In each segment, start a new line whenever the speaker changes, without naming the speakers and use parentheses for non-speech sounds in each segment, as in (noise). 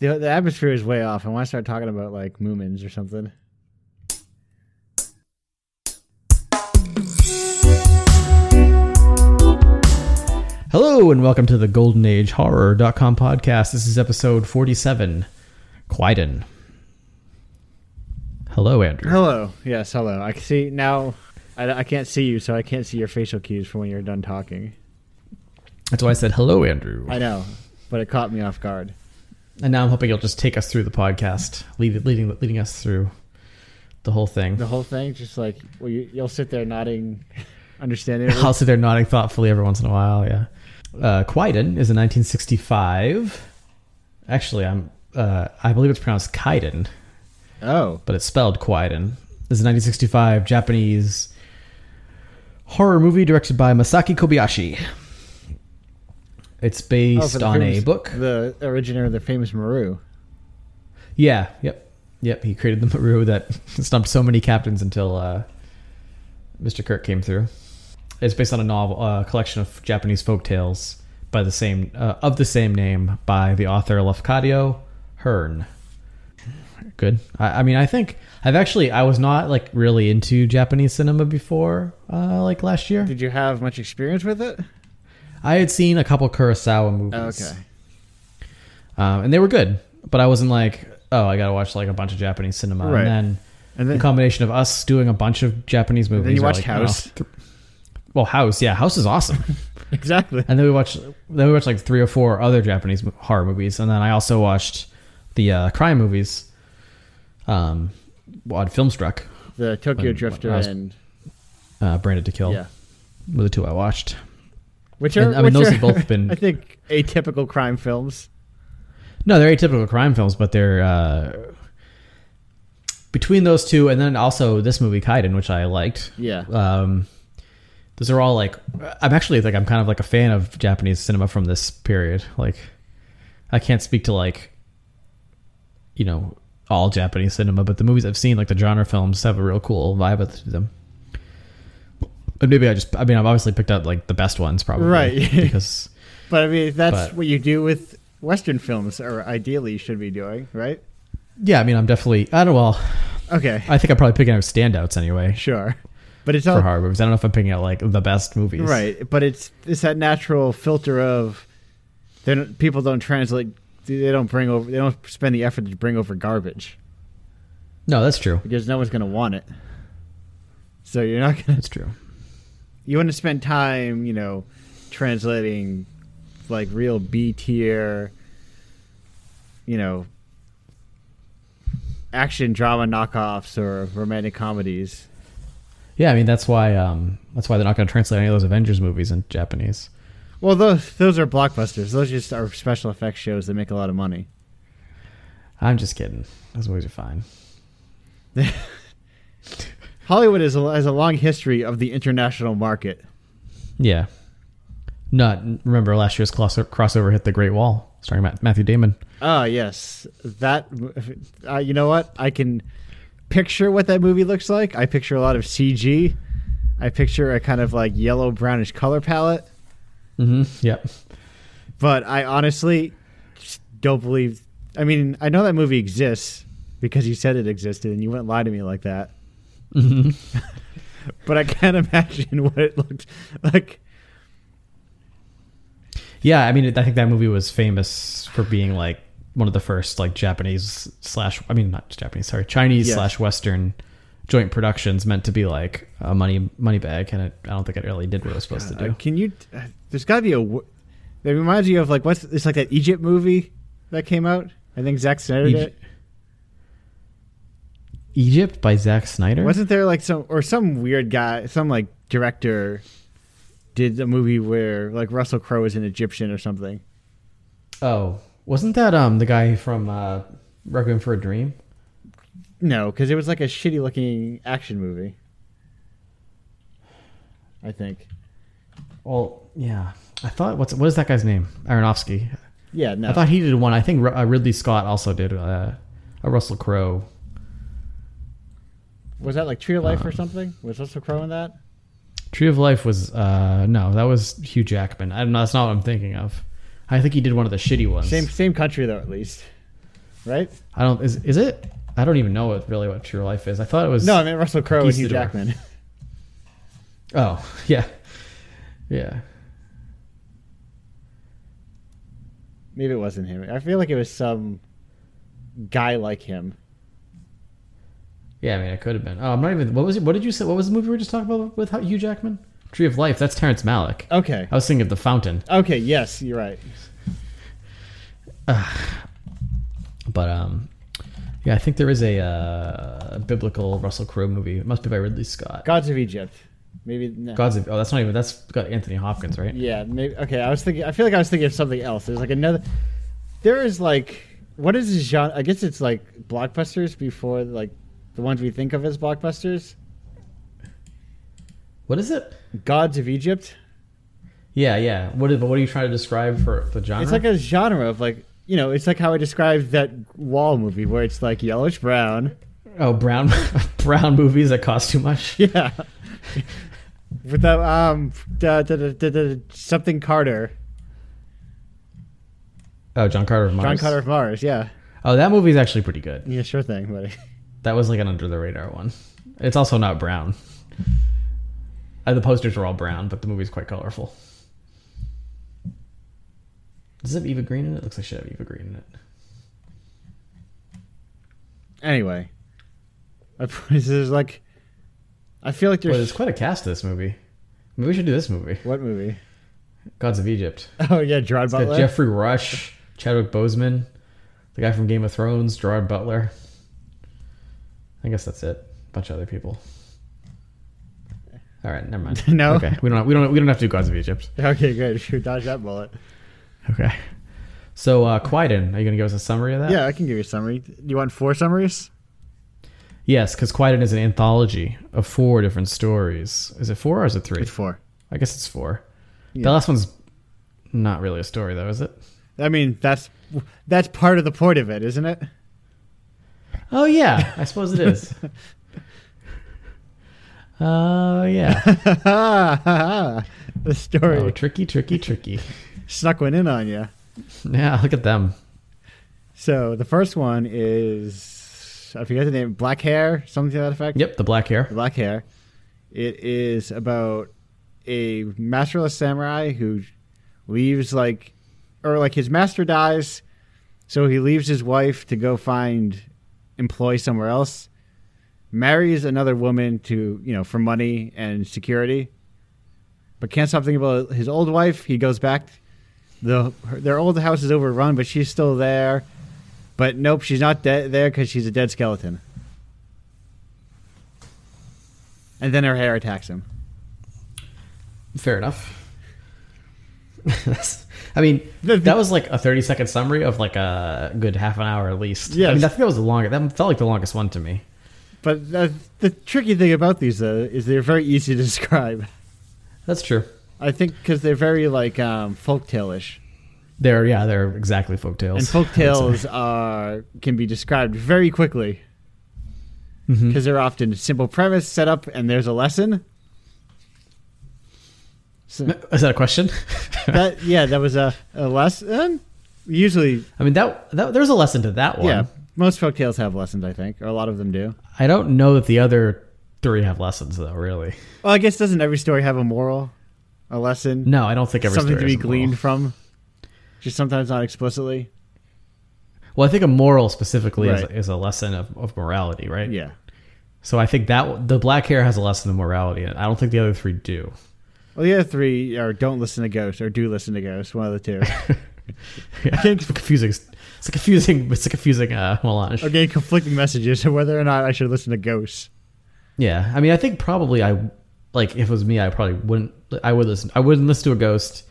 The, the atmosphere is way off. I want to start talking about like Moomins or something.
Hello and welcome to the Golden Age Horror.com podcast. This is episode 47, Quieten. Hello, Andrew.
Hello. Yes, hello. I can see now. I, I can't see you, so I can't see your facial cues from when you're done talking.
That's why I said hello, Andrew.
I know, but it caught me off guard.
And now I'm hoping you'll just take us through the podcast, lead, leading, leading us through the whole thing.
The whole thing, just like well, you, you'll sit there nodding, (laughs) understanding. everything.
(laughs) I'll sit there nodding thoughtfully every once in a while. Yeah. Uh, Quieten is a 1965. Actually, I'm. Uh, I believe it's pronounced Kaiden,
Oh,
but it's spelled Quieten. Is a 1965 Japanese horror movie directed by Masaki Kobayashi. It's
Oh,
based
for the
on a
famous-
book.
The originator of the famous Maru.
Yeah. Yep. Yep. He created the Maru that (laughs) stumped so many captains until uh, Mr. Kirk came through. It's based on a novel, a collection of Japanese folk tales by the same uh, of the same name by the author Lafcadio Hearn. Good. I, I mean, I think I've actually I was not like really into Japanese cinema before, uh, like last year.
Did you have much experience with it?
I had seen a couple Kurosawa
Oh,
movies.
okay.
Um, and they were good, but I wasn't like, oh, I gotta watch like a bunch of Japanese cinema.
Right.
And then
And
the (laughs)
then
combination of us doing a bunch of Japanese movies.
then you
or,
watched
like, I don't know,
House.
well, House, yeah, House
(laughs)
is awesome.
exactly.
and then we watched, then we watched like three or four other Japanese mo- horror movies, and then I also watched the uh, crime movies, um, on Filmstruck,
The Tokyo
when
Drifter
I was-
and
uh, Branded to Kill
yeah.
were the two I watched.
Which are
And, I mean,
which
those
are,
have both
(laughs)
been
I think atypical crime films.
No, they're atypical crime films, but they're uh, between those two, and then also this movie Kaiden, which I liked.
Yeah.
Um, those are all like I'm actually like I'm kind of like a fan of Japanese cinema from this period. Like, I can't speak to like you know all Japanese cinema, but the movies I've seen, like the genre films, have a real cool vibe to them. But maybe I just I mean I've obviously picked up like the best ones probably
Right. (laughs)
because.
But I mean, if that's
But-
what you do with Western films, or ideally you should be doing, right?
Yeah, I mean, I'm definitely. I don't. Well,
Okay,
I think I'm probably picking up standouts anyway.
sure. But it's
for
all
horror movies. I don't know if I'm picking out like the best movies.
right. But it's it's that natural filter of then people don't translate. They don't bring over. They don't spend the effort to bring over garbage
No, that's true.
because no one's going to want it. So you're not going to.
That's true.
You want to spend time, you know, translating like real B tier, you know, action drama knockoffs or romantic comedies.
Yeah, I mean that's why um that's why they're not going to translate any of those Avengers movies in Japanese.
Well, those those are blockbusters. Those just are special effects shows that make a lot of money.
I'm just kidding. Those movies are fine.
Hollywood is a, has a long history of the international market.
Yeah. Not remember last year's cross- crossover hit the Great Wall starring Ma- Matthew Damon.
Ah, yes, that. Uh, you know what? I can picture what that movie looks like. I picture a lot of CG. I picture a kind of like yellow brownish color palette.
Mm-hmm. Yep.
But I honestly just don't believe. I mean, I know that movie exists because you said it existed, and you wouldn't lie to me like that.
hmm
But I can't (laughs) imagine what it looked like.
Yeah, I mean I think that movie was famous for being like one of the first like Japanese slash I mean not Japanese sorry Chinese
Yeah.
slash Western joint productions meant to be like a money money bag and it, I don't think it really did what it was supposed to do.
Uh, can you? Uh, there's got to be a. wo- That reminds you of like what's it's like that Egypt movie that came out. I think Zack Snyder did.
Egy- Egypt by Zack Snyder.
Wasn't there like some or some weird guy, some like director did a movie where like Russell Crowe is an Egyptian or something?
Oh, wasn't that um the guy from uh, Requiem for a Dream?
No, because it was like a shitty looking action movie. I think.
Well, yeah. I thought what's what is that guy's name? Aronofsky.
Yeah, no.
I thought he did one. I think Ru- uh, Ridley Scott also did uh, a Russell Crowe.
was that like Tree of Life or something? Was Russell Crowe in that?
Tree of Life was uh no, that was Hugh Jackman. I'm not, that's not what I'm thinking of. I think he did one of the shitty ones.
Same same country though, at least. right?
I don't is is it? I don't even know what really what True Life is. I thought it was
No, I mean Russell Crowe and Hugh
Conquistador.
Jackman. (laughs)
Oh (laughs) yeah, yeah.
Maybe it wasn't him. I feel like it was some guy like him.
Yeah, I mean, it could have been. Oh, I'm not even. What was it? What did you say? What was the movie we were just talking about with Hugh Jackman? Tree of Life. That's Terrence Malick.
Okay.
I was thinking of The Fountain,
Okay, yes, you're right.
but um, yeah, I think there is a uh, biblical Russell Crowe movie. It must be by Ridley Scott.
Gods of Egypt. Maybe no.
Gods of. Oh, that's not even. That's got Anthony Hopkins, right?
Yeah, maybe okay, I was thinking I feel like I was thinking of something else. There's like another there is like what is this genre I guess it's like blockbusters before like the ones we think of as blockbusters.
What is it?
Gods of Egypt.
Yeah, yeah. What is? But what are you trying to describe for the genre?
It's like a genre of like you know, it's like how I described that wall movie where it's like yellowish brown. (laughs)
oh brown (laughs) brown movies that cost too much.
Yeah. With the um da, da, da, da, da, something Carter.
Oh, John Carter of Mars.
John Carter of Mars, yeah.
Oh, that movie's actually pretty good.
Yeah, sure thing, buddy. (laughs)
That was like an under the radar one. It's also not brown. Uh, the posters are all brown, but the movie's quite colorful. Does it have Eva Green in it? Looks like it should have Eva Green in it.
Anyway. My point is there's like I feel like
Well,
there's
there's quite a cast to this movie. Maybe we should do this movie,
what movie?
Gods of Egypt.
(laughs) Oh yeah, Gerard
It's got
Butler.
Jeffrey Rush, Chadwick Boseman, the guy from Game of Thrones, Gerard Butler. I guess that's it. A bunch of other people. All right, never mind.
(laughs) No?
okay, we don't. We don't. We don't have to do Gods of Egypt.
(laughs) Okay, good. (laughs) Sure, dodge that bullet.
Okay. So, uh, Quieten, are you going to give us a summary of that?
Yeah, I can give you a summary. You want four summaries?
Yes, because Quieten is an anthology of four different stories. Is it four or is it three?
It's four.
I guess it's four.
Yeah.
The last one's not really a story, though, is it?
I mean, that's that's part of the point of it, isn't it? (laughs)
Oh, yeah. I suppose it (laughs) is. Oh, yeah.
the story
Oh, tricky, tricky, tricky.
snuck one in on you.
Yeah, look at them.
So the first one is I forget the name, black hair, something to that effect.
Yep, the black hair.
black hair. It is about a masterless samurai who leaves like, or like his master dies, so he leaves his wife to go find employ somewhere else. Marries another woman to you know for money and security, but can't stop thinking about his old wife. He goes back. the her, Their old house is overrun, but she's still there. But nope, she's not de- there because she's a dead skeleton. And then her hair attacks him.
Fair enough. (laughs) That's- I mean, that was like a 30 second summary of like a good half an hour at least. I
Yes.
mean, I think that was the longest. That felt like the longest one to me.
But the, the tricky thing about these though is they're very easy to (laughs) describe.
That's true.
I think because they're very like um, folktale-ish,
They're, yeah, they're exactly folktales.
and folktales are can be described very quickly
Mhm.
because they're often simple premise setup and there's a lesson. So
(laughs) Is that a question?
that yeah, that was a, a lesson. Usually,
(laughs) I mean, that, that there's a lesson to that one.
yeah, most folktales have lessons. I think, or a lot of them do.
I don't know that the other three have lessons, though, really.
Well, I guess doesn't every story have a moral, a lesson?
No, I don't think every
something to
story
be
has a moral.
gleaned from. Just sometimes not explicitly.
Well, I think a moral specifically is,
Right.
is a lesson of, of morality, right?
Yeah.
So I think that the black hair has a lesson of morality, and I don't think the other three do. (laughs)
Well, the other three are don't listen to ghosts or do listen to ghosts. One of the
(laughs)
two.
Yeah. It's a confusing. It's a confusing. It's a confusing uh, melange.
Are getting conflicting messages of whether or not I should listen to ghosts.
Yeah, I mean, I think probably I like if it was me, I probably wouldn't. I would listen. I wouldn't listen to a
(laughs)
ghost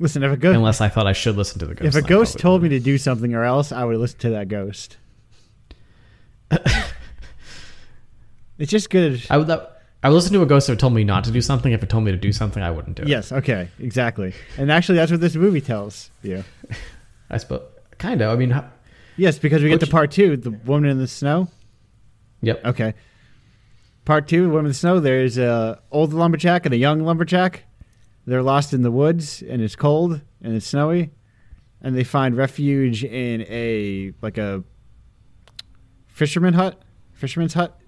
Listen, if a ghost
unless I thought I should listen to the
if
ghost.
a
and I
ghost
probably
told me to do something or else, I would listen to that ghost. it's just good.
(laughs) I would. That, I would listen to a ghost if it told me not to do something. If it told me to do something, I wouldn't do it.
Yes. Okay. Exactly. And actually, that's what this movie tells you.
I suppose. Kind of. I mean, how,
Yes, because we get to
Which-
part two, the woman in the snow.
yep.
Okay. Part two, Women in the Snow. There's a old lumberjack and a young lumberjack. They're lost in the woods, and it's cold and it's snowy, and they find refuge in a like a fisherman hut, fisherman's hut,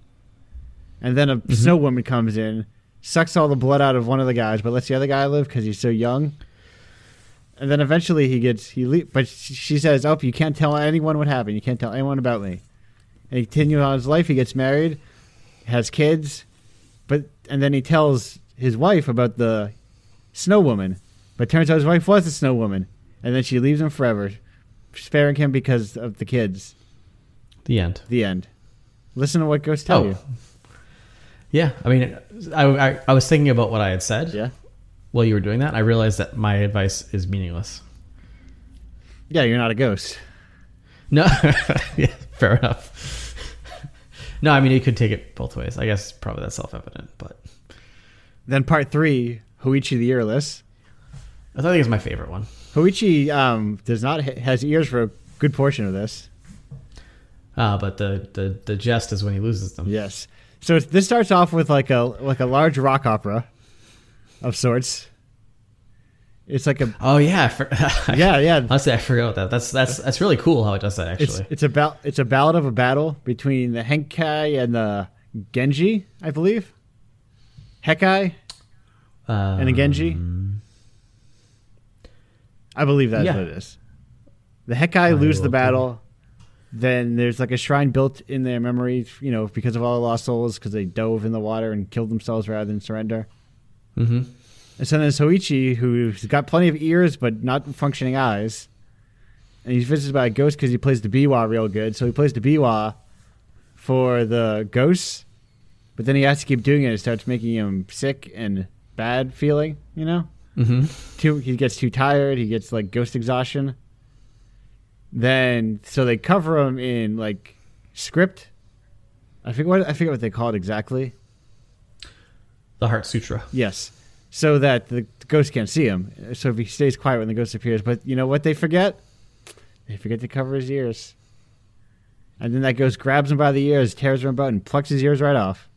and then a snow woman comes in, sucks all the blood out of one of the guys, but lets the other guy live because he's so young. And then eventually he gets he le- but she she says, "Oh, you can't tell anyone what happened. You can't tell anyone about me." And he continues on his life. He gets married, has kids, but and then he tells his wife about the snow woman. But turns out his wife was a snow woman, and then she leaves him forever, sparing him because of the kids.
The end.
The end. Listen to what ghosts tell
Oh.
you.
Yeah, I mean, I, I, I was thinking about what I had said
Yeah,
while you were doing that. and I realized that my advice is meaningless.
yeah. You're not a ghost.
No, (laughs) yeah, fair enough. no, I mean, you could take it both ways. I guess probably that's self evident, but
Then part three, Hoichi the earless.
I think it's my favorite one.
Hoichi um, does not has ears for a good portion of this.
Uh, but the, the, the jest is when he loses them.
Yes. So it's, this starts off with like a like a large rock opera, of sorts. It's like
(laughs)
a
Oh yeah, I for-
yeah yeah.
Honestly, I forgot that. That's that's that's really cool how it does that.
It's
Actually,
it's about it's a ballad of a battle between the Henkai and the Genji, I believe. Hekai
um,
and a Genji. I believe that's
Yeah.
what it is. The Hekai lose
will
the
do.
battle. Then there's like a shrine built in their memory, you know, because of all the lost souls, because they dove in the water and killed themselves rather than surrender.
Mhm.
And so then there's Hoichi, who's got plenty of ears but not functioning eyes. And he's visited by a ghost because he plays the biwa real good. So he plays the biwa for the ghosts, but then he has to keep doing it. It starts making him sick and bad feeling, you know?
Mhm.
too he gets too tired he gets like ghost exhaustion then so they cover him in like script i think what i forget what they call it exactly
The Heart Sutra.
yes so that the ghost can't see him so if he stays quiet when the ghost appears but you know what they forget they forget to cover his ears and then that ghost grabs him by the ears tears him about and plucks his ears right off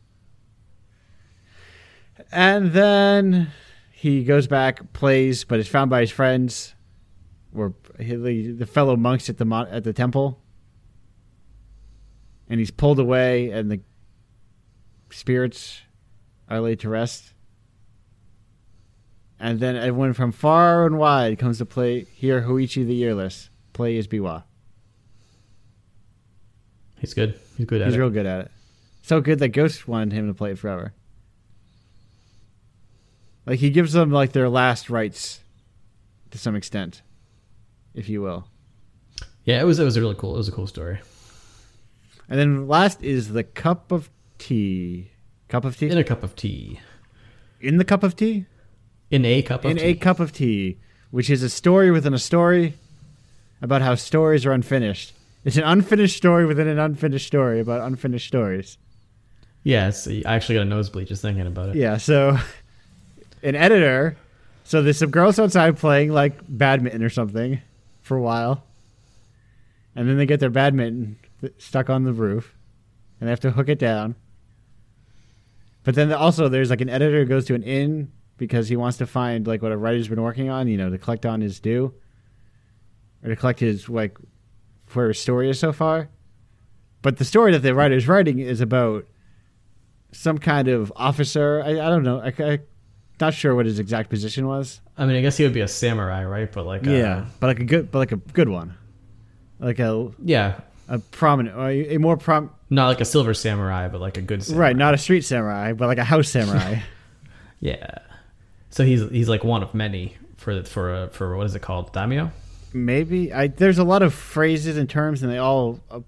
and then he goes back, plays, but is found by his friends, or he- the, the fellow monks at the mon- at the temple, and he's pulled away, and the spirits are laid to rest. And then everyone from far and wide comes to play hear Hoichi the Earless play his biwa.
He's good. He's good at
He's
it.
real good at it. So good that Ghost wanted him to play it forever. Like he gives them like their last rites, to some extent, if you will.
yeah, it was it was a really cool. It was a cool story.
And then last is the cup of tea. Cup of tea
In a cup of tea.
in the cup of tea
In a cup of
in
tea.
a cup of tea, which is a story within a story about how stories are unfinished. It's an unfinished story within an unfinished story about unfinished stories.
yeah, it's, I actually got a nosebleed just thinking about it.
Yeah, so an editor. So there's some girls outside playing like badminton or something for a while. And then they get their badminton stuck on the roof and they have to hook it down. But then also there's like an editor who goes to an inn because he wants to find like what a writer's been working on, you know, to collect on his due or to collect his like where his story is so far. But the story that the writer's writing is about some kind of officer. I, I don't know. I, I not sure what his exact position was.
I mean, I guess he would be a samurai, right? But like, uh,
but like a good, but like a good one, like a
yeah,
a prominent, or a more prom.
not like a silver samurai, but like a good samurai.
Right, not a street samurai, but like a house
(laughs)
samurai.
Yeah. So he's he's like one of many for for uh, for what is it called? Daimyo.
Maybe I. There's a lot of phrases and terms, and they all. Uh,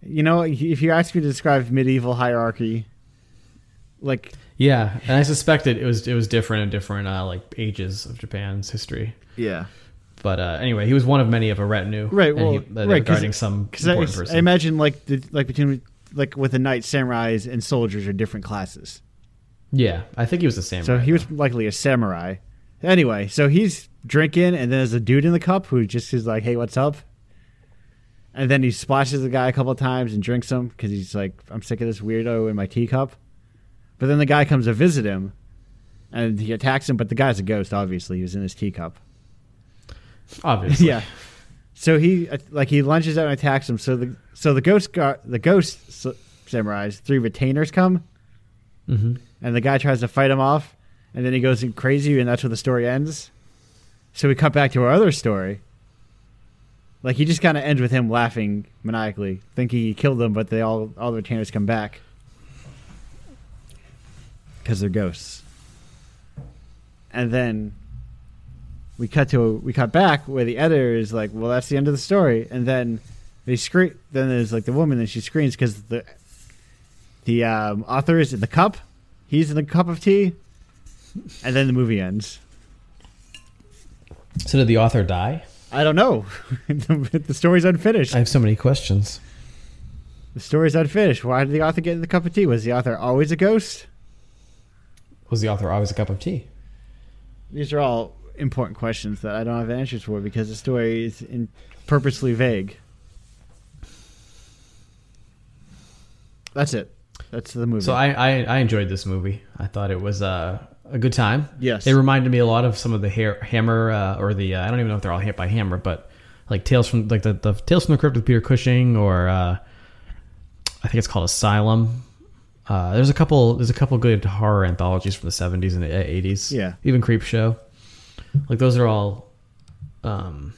you know, if you ask me to describe medieval hierarchy, like
Yeah, and I suspected it was it was different in different uh, like ages of Japan's history.
yeah,
But uh, anyway, he was one of many of a retinue,
Right,
and
well,
he- uh, that
right, 'cause-
regarding some
because
important
I,
person.
I imagine like the like between like with a knight, samurais and soldiers are different classes.
yeah, I think he was a samurai.
So he was likely a samurai. Anyway, so he's drinking, and then there's a dude in the cup who just is like, "Hey, what's up?" And then he splashes the guy a couple times and drinks him because he's like, "I'm sick of this weirdo in my teacup." But then the guy comes to visit him, and he (laughs) attacks him. But the guy's a ghost, obviously. He was in his teacup.
obviously.
yeah. so he uh, like he lunges out and attacks him. So the so the ghost guard the ghost s- samurai's three retainers come,
Mm-hmm.
and the guy tries to fight him off, and then he goes in crazy, and that's where the story ends. So we cut back to our other story. Like he just kind of ends with him laughing maniacally, thinking he killed them, but they all all the retainers come back because they're ghosts. And then we cut to we cut back where the editor is like, "Well, that's the end of the story." And then they scream. Then there's like the woman, and she screams because the the um, author is in the cup. He's in the cup of tea, and then the movie ends.
So did the author die?
I don't know. (laughs) the, the story's unfinished.
I have so many questions.
The story's unfinished. Why did the author get in the cup of tea? Was the author always a ghost?
Was the author always a cup of tea?
These are all important questions that I don't have answers for because the story is in purposely vague. That's it. That's the movie.
So I, I I enjoyed this movie. I thought it was uh, a good time.
Yes.
it reminded me a lot of some of the hair, Hammer uh, or the uh, I don't even know if they're all hit by Hammer, but like Tales from like the, the Tales from the Crypt with Peter Cushing or uh, I think it's called Asylum. Uh, there's a couple there's a couple good horror anthologies from the 70s and the 80s.
Yeah.
even Creep Show. Like those are all. Um,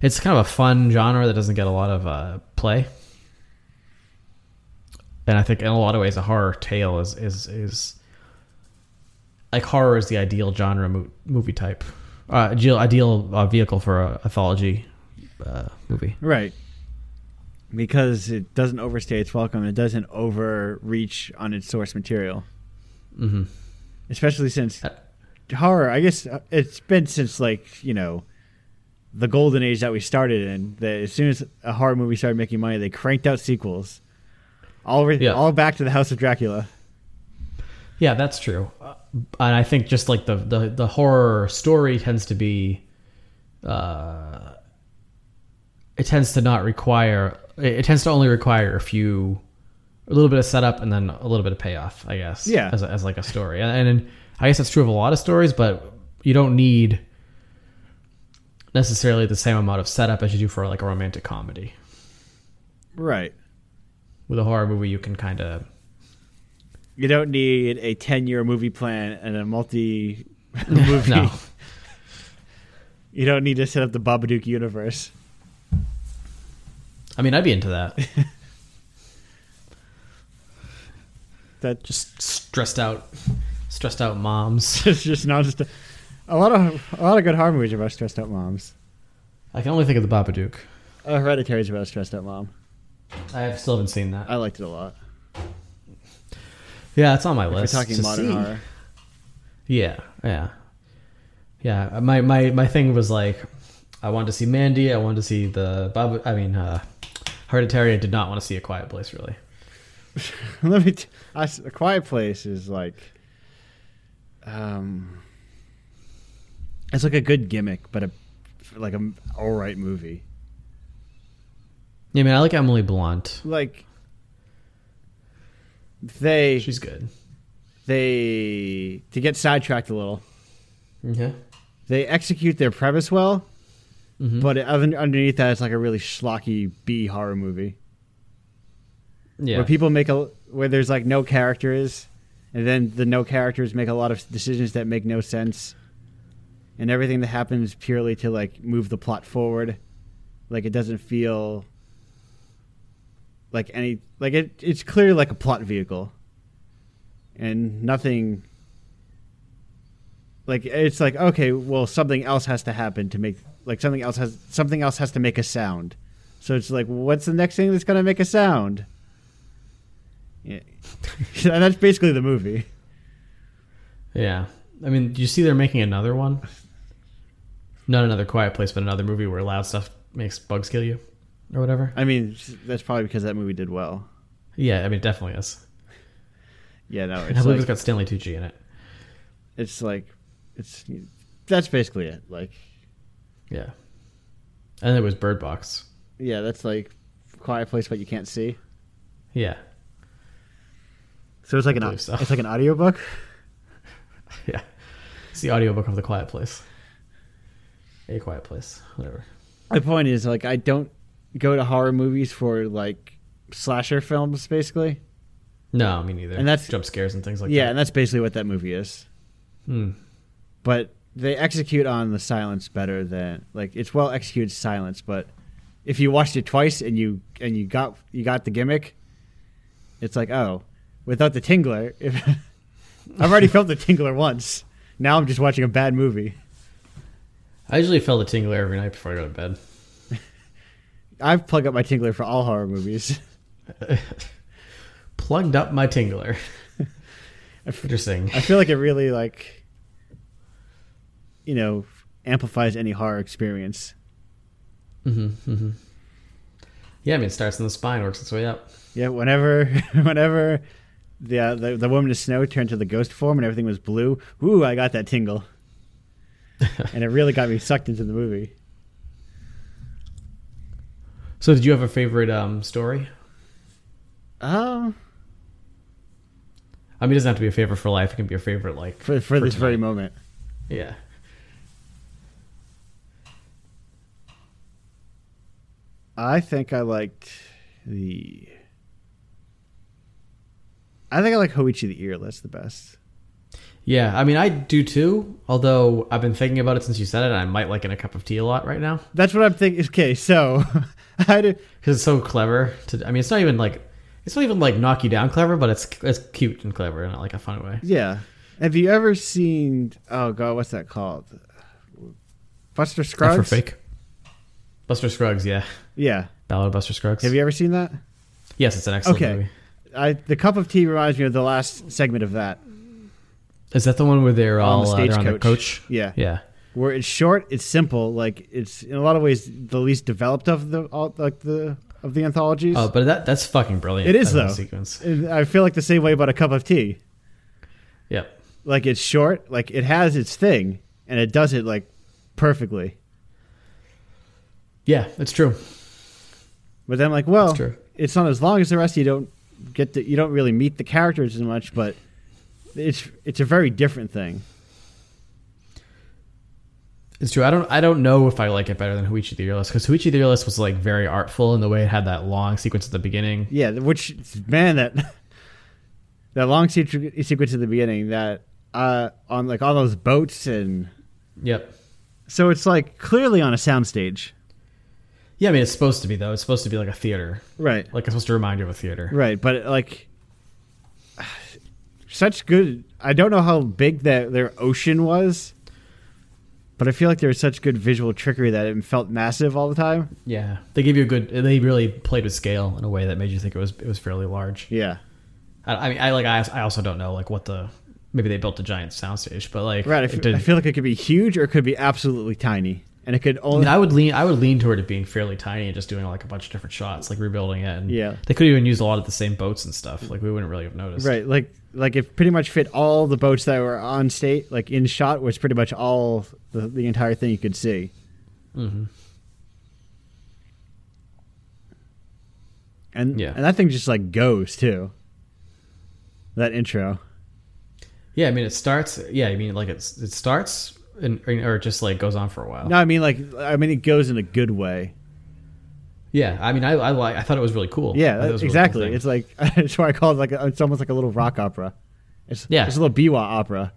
it's kind of a fun genre that doesn't get a lot of uh, play and I think in a lot of ways a horror tale is is is like horror is the ideal genre mo- movie type, uh, ideal ideal uh, vehicle for a anthology uh, movie.
Right. Because it doesn't overstay its welcome. It doesn't overreach on its source material.
hmm
Especially since
Uh,
horror, I guess uh, it's been since, like, you know, the golden age that we started in. That as soon as a horror movie started making money, they cranked out sequels. All, re-
Yeah.
all back to the House of Dracula.
Yeah, that's true. Uh, And I think just like the the, the horror story tends to be, uh, it tends to not require. It it tends to only require a few, a little bit of setup and then a little bit of payoff. I guess.
Yeah.
As, a, as like a story, and, and I guess that's true of a lot of stories, but you don't need necessarily the same amount of setup as you do for like a romantic comedy.
Right.
With a horror movie, you can kind of
You don't need a 10 year movie plan and a
(laughs)
multi movie.
no.
You don't need to set up the Babadook universe.
I mean, I'd be into that.
That
just stressed out stressed out
(laughs)
moms
it's just not just a lot of a lot of good horror movies are about stressed out moms.
i can only think of the babadook
Uh, Hereditary is about a stressed out mom.
i have still haven't seen that
I liked it a lot.
yeah it's on my
We're
list
talking
to
modern
see.
horror. (laughs)
yeah yeah yeah my, my my thing was like i wanted to see mandy i wanted to see the Bab. i mean uh hereditary i did not want to see a quiet place really
Let me. T- I s- a Quiet Place is like, um, it's like a good gimmick, but a like a all right movie.
yeah I mean i like emily blunt
Like they
she's good
they to get sidetracked a little.
yeah
Mm-hmm. They execute their premise well,
Mhm.
but un- underneath that, it's like a really schlocky B horror movie.
yeah
where people make a where there's like no characters, and then the no characters make a lot of decisions that make no sense, and everything that happens purely to like move the plot forward, like it doesn't feel like any like it. It's clearly like a plot vehicle, and nothing. Like it's like okay, well something else has to happen to make like something else has something else has to make a sound. So it's like what's the next thing that's going to make a sound? Yeah. (laughs) and that's basically the movie.
yeah i mean do you see they're making another one not another quiet place but another movie where loud stuff makes bugs kill you or whatever
I mean, that's probably because that movie did well.
yeah i mean it definitely is
Yeah, no,
And I
it's
believe it's
like,
got Stanley Tucci in it.
it's like it's that's basically it. Like,
Yeah. And it was Bird Box.
yeah, that's like quiet place but you can't see.
Yeah.
So it's like an
believe so.
it's like an audiobook.
Yeah. It's the audiobook of The Quiet Place. A Quiet Place, whatever.
The point is, like, I don't go to horror movies for like slasher films, basically.
No, me neither.
And that's-
jump scares and things like
yeah,
that.
and that's basically what that movie is.
Hmm.
But they execute on the silence better than like it's well executed silence. But if you watched it twice and you and you got you got the gimmick, it's like oh, without the tingler, (laughs) if I've already felt the tingler once. Now I'm just watching a bad movie.
I usually feel the tingler every night before I go to bed.
I've plugged up my tingler for all horror movies. (laughs)
(laughs) Plugged up my tingler.
(laughs) I f-
Interesting.
I feel like it really like you know amplifies any horror experience.
hmm hmm Yeah, I mean, it starts in the spine, works its way up. (laughs)
Yeah, whenever (laughs) whenever the uh, the, the woman of snow turned to the ghost form and everything was blue, ooh, I got that tingle, and it really got me sucked into the movie.
so, did you have a favorite um, story?
Um,
I mean, it doesn't have to be a favorite for life. It can be a favorite, like
for for this very
tonight.
moment,
Yeah.
I think I liked the. I think I like Hoichi the ear. That's the best.
Yeah, I mean, I do too. Although I've been thinking about it since you said it, and I might like in a cup of tea a lot right now
That's what I'm thinking. Okay, so (laughs) I did,
because it's so clever. To I mean, it's not even like it's not even like knock you down clever, but it's it's cute and clever in like a fun way.
Yeah. Have you ever seen? Oh God, what's that called? Buster
Not
Scruggs.
for fake. Buster Scruggs, yeah,
Yeah.
Ballad of Buster Scruggs.
Have you ever seen that?
Yes, it's an excellent
Okay.
movie.
I the cup of tea reminds me of the last segment of that.
Is that the one where they're
On
all
the
uh, they're on their
stagecoach.
coach?
Yeah.
yeah.
Where it's short, it's simple. Like it's in a lot of ways the least developed of the all, like the of the anthologies.
Oh, but that that's fucking brilliant.
It is,
that whole
though.
sequence.
And I feel like the same way about a cup of tea.
Yep.
Like it's short, like it has its thing, and it does it like perfectly.
Yeah, it's true.
But then, like, well,
That's true.
it's not as long as the rest. You don't get to, you don't really meet the characters as much, but it's it's a very different thing.
It's true. I don't. I don't know if I like it better than Huichi the Realist because Huichi the Realist was like very artful in the way it had that long sequence at the beginning.
Yeah, which man that (laughs) that long se- sequence at the beginning that uh on like all those boats and
Yep.
so it's like clearly on a soundstage,
Yeah, I mean it's supposed to be though. It's supposed to be like a theater.
right?
Like it's supposed to remind you of a theater.
Right, but like (sighs) such good. I don't know how big that their ocean was, but I feel like there was such good visual trickery that it felt massive all the time.
Yeah, they give you a good. They really played with scale in a way that made you think it was it was fairly large.
Yeah.
I, I mean, I like. I, I also don't know like what the maybe they built a giant soundstage, but like
Right. I
it
f-
did-
I feel like it could be huge or it could be absolutely tiny. And it could
I
only.
mean, I would lean. I would lean toward it being fairly tiny and just doing like a bunch of different shots, like rebuilding it. And
Yeah.
they could even use a lot of the same boats and stuff. Like we wouldn't really have noticed.
right. Like, like it pretty much fit all the boats that were on state, like in shot, was pretty much all the, the entire thing you could see.
Mm-hmm.
And,
Yeah.
and that thing just like goes too. That intro.
Yeah, I mean, it starts. Yeah, I mean, like it's it starts and or it just like goes on for a while.
No, I mean, like, I mean, it goes in a good way.
Yeah, I mean, I I, like, I thought it was really cool. I
Yeah,
thought
that-
it was a really cool
exactly.
thing.
it's like (laughs) that's why I call it like a, it's almost like a little rock opera. It's
Yeah.
it's a little biwa opera.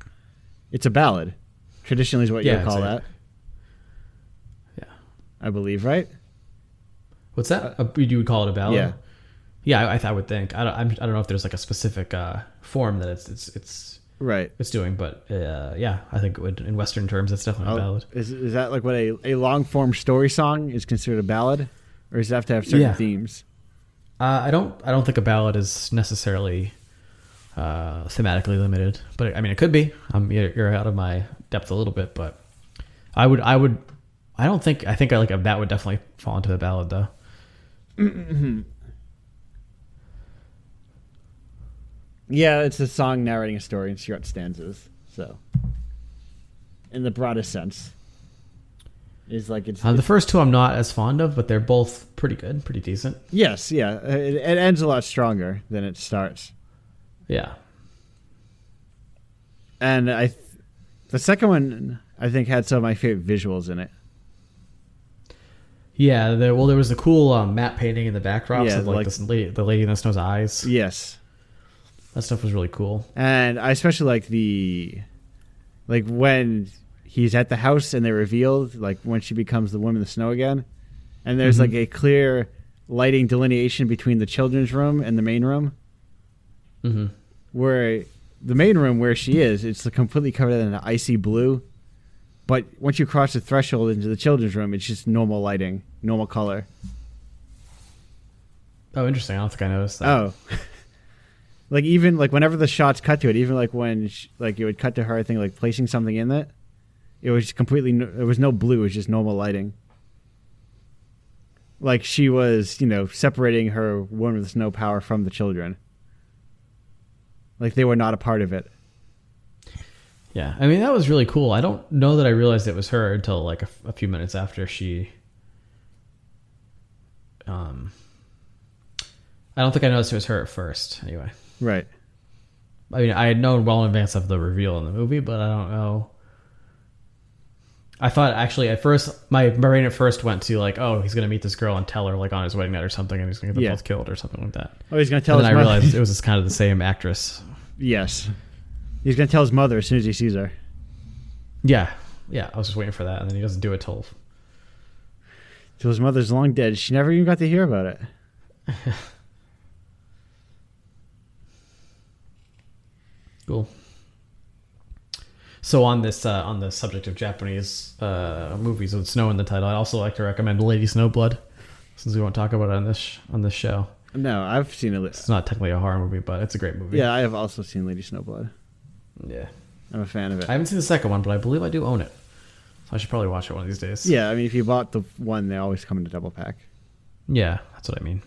It's a ballad. Traditionally, is what you
Yeah,
would call that.
exactly. Yeah.
I believe, right?
What's that? Uh, you would call it a ballad?
yeah.
Yeah, I, I would think. I don't. I'm, I don't know if there's like a specific uh, form that it's it's it's
Right.
it's doing, but uh, yeah, I think it would in Western terms, it's definitely a
Oh,
ballad.
Is, is that like what a, a long form story song is considered a ballad, or does it have to have certain
Yeah.
themes?
Uh, I don't. I don't think a ballad is necessarily uh, thematically limited, but I mean, it could be. I'm you're, you're out of my depth a little bit, but I would. I would. I don't think. I think I like a, that would definitely fall into a ballad though.
Yeah, it's a song narrating a story in short stanzas. So, in the broadest sense, is like it's
Uh, the first two I'm not as fond of, but they're both pretty good, pretty decent.
yes, yeah. It, it ends a lot stronger than it starts.
Yeah.
and I, th- the second one I think had some of my favorite visuals in it.
Yeah, there, well, there was the cool um, matte painting in the backdrops
Yeah,
of like,
like-
this lady, the lady in the snow's eyes.
Yes.
That stuff was really cool.
And I especially like the like when he's at the house and they revealed like when she becomes the woman in the snow again. And there's
Mhm.
like a clear lighting delineation between the children's room and the main room
Mm-hmm.
where the main room where she is, it's completely covered in an icy blue. But once you cross the threshold into the children's room, it's just normal lighting, normal color.
Oh, interesting. I don't think I noticed that.
Oh. (laughs) like even like whenever the shots cut to it, even like when sh like it would cut to her, I think like placing something in it, it was just completely. No, there was no blue. It was just normal lighting. Like she was, you know, separating her woman with snow power from the children. Like they were not a part of it.
Yeah, I mean that was really cool. I don't know that I realized it was her until like a, a few minutes after she. Um, I don't think I noticed it was her at first. Anyway,
Right.
I mean I had known well in advance of the reveal in the movie, but I don't know. I thought actually at first my brain at first went to like oh he's gonna meet this girl and tell her like on his wedding night or something and he's gonna get them
Yeah.
both killed or something like that.
Oh, he's gonna tell
and
his
then I
mother.
realized it was just kind of the same actress.
(laughs) yes, he's gonna tell his mother as soon as he sees her.
Yeah, yeah. I was just waiting for that, and then he doesn't do it till
So his mother's long dead. She never even got to hear about it.
Cool. So on this uh, on the subject of Japanese uh, movies with snow in the title, I would also like to recommend Lady Snowblood, since we won't talk about it on this sh- on this show.
No, I've seen it.
It's not technically a horror movie, but it's a great movie.
Yeah, I have also seen Lady Snowblood.
yeah.
I'm a fan of it.
I haven't seen the second one, but I believe I do own it, so I should probably watch it one of these days.
Yeah, I mean, if you bought the one, they always come in a double pack.
yeah, that's what I mean.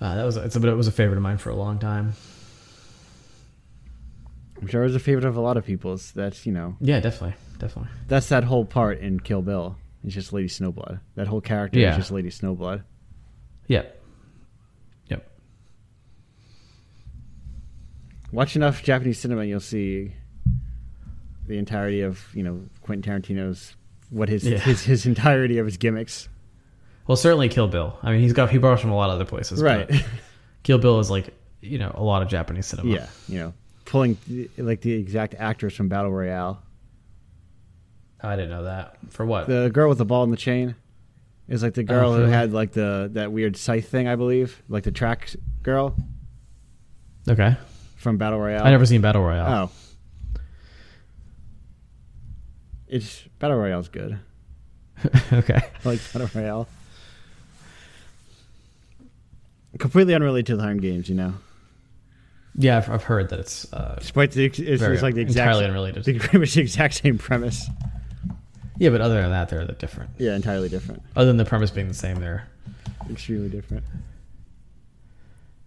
Uh, that was it's a bit, it was a favorite of mine for a long time.
I'm sure it was a favorite of a lot of people's. That's you know,
Yeah, definitely, definitely.
that's that whole part in Kill Bill. It's just Lady Snowblood. That whole character
Yeah.
is just Lady Snowblood.
Yep, yep.
Watch enough Japanese cinema, and you'll see the entirety of you know Quentin Tarantino's what his
Yeah.
his, his entirety of his gimmicks.
Well, certainly Kill Bill. I mean, he's got he borrows from a lot of other places,
Right. (laughs)
but- Kill Bill is like you know a lot of Japanese cinema.
yeah. You know, pulling like the exact actors from Battle Royale.
I didn't know that. For what?
The girl with the ball in the chain is like the girl
Oh,
who
really?
had like the that weird scythe thing, I believe, like the track girl
okay,
from Battle Royale.
I never seen Battle Royale.
Oh. It's Battle Royale's good. (laughs) Oh.
(laughs) okay,
I like Battle Royale. Completely unrelated to the Hunger Games, you know.
yeah, I've, I've heard that it's uh,
Despite the, ex- it's,
Very-
it's like the exact
entirely
same-
unrelated.
the- (laughs) pretty much the exact same premise.
yeah, but other than that, they're they're different.
Yeah, entirely different.
Other than the premise being the same, they're
Extremely different.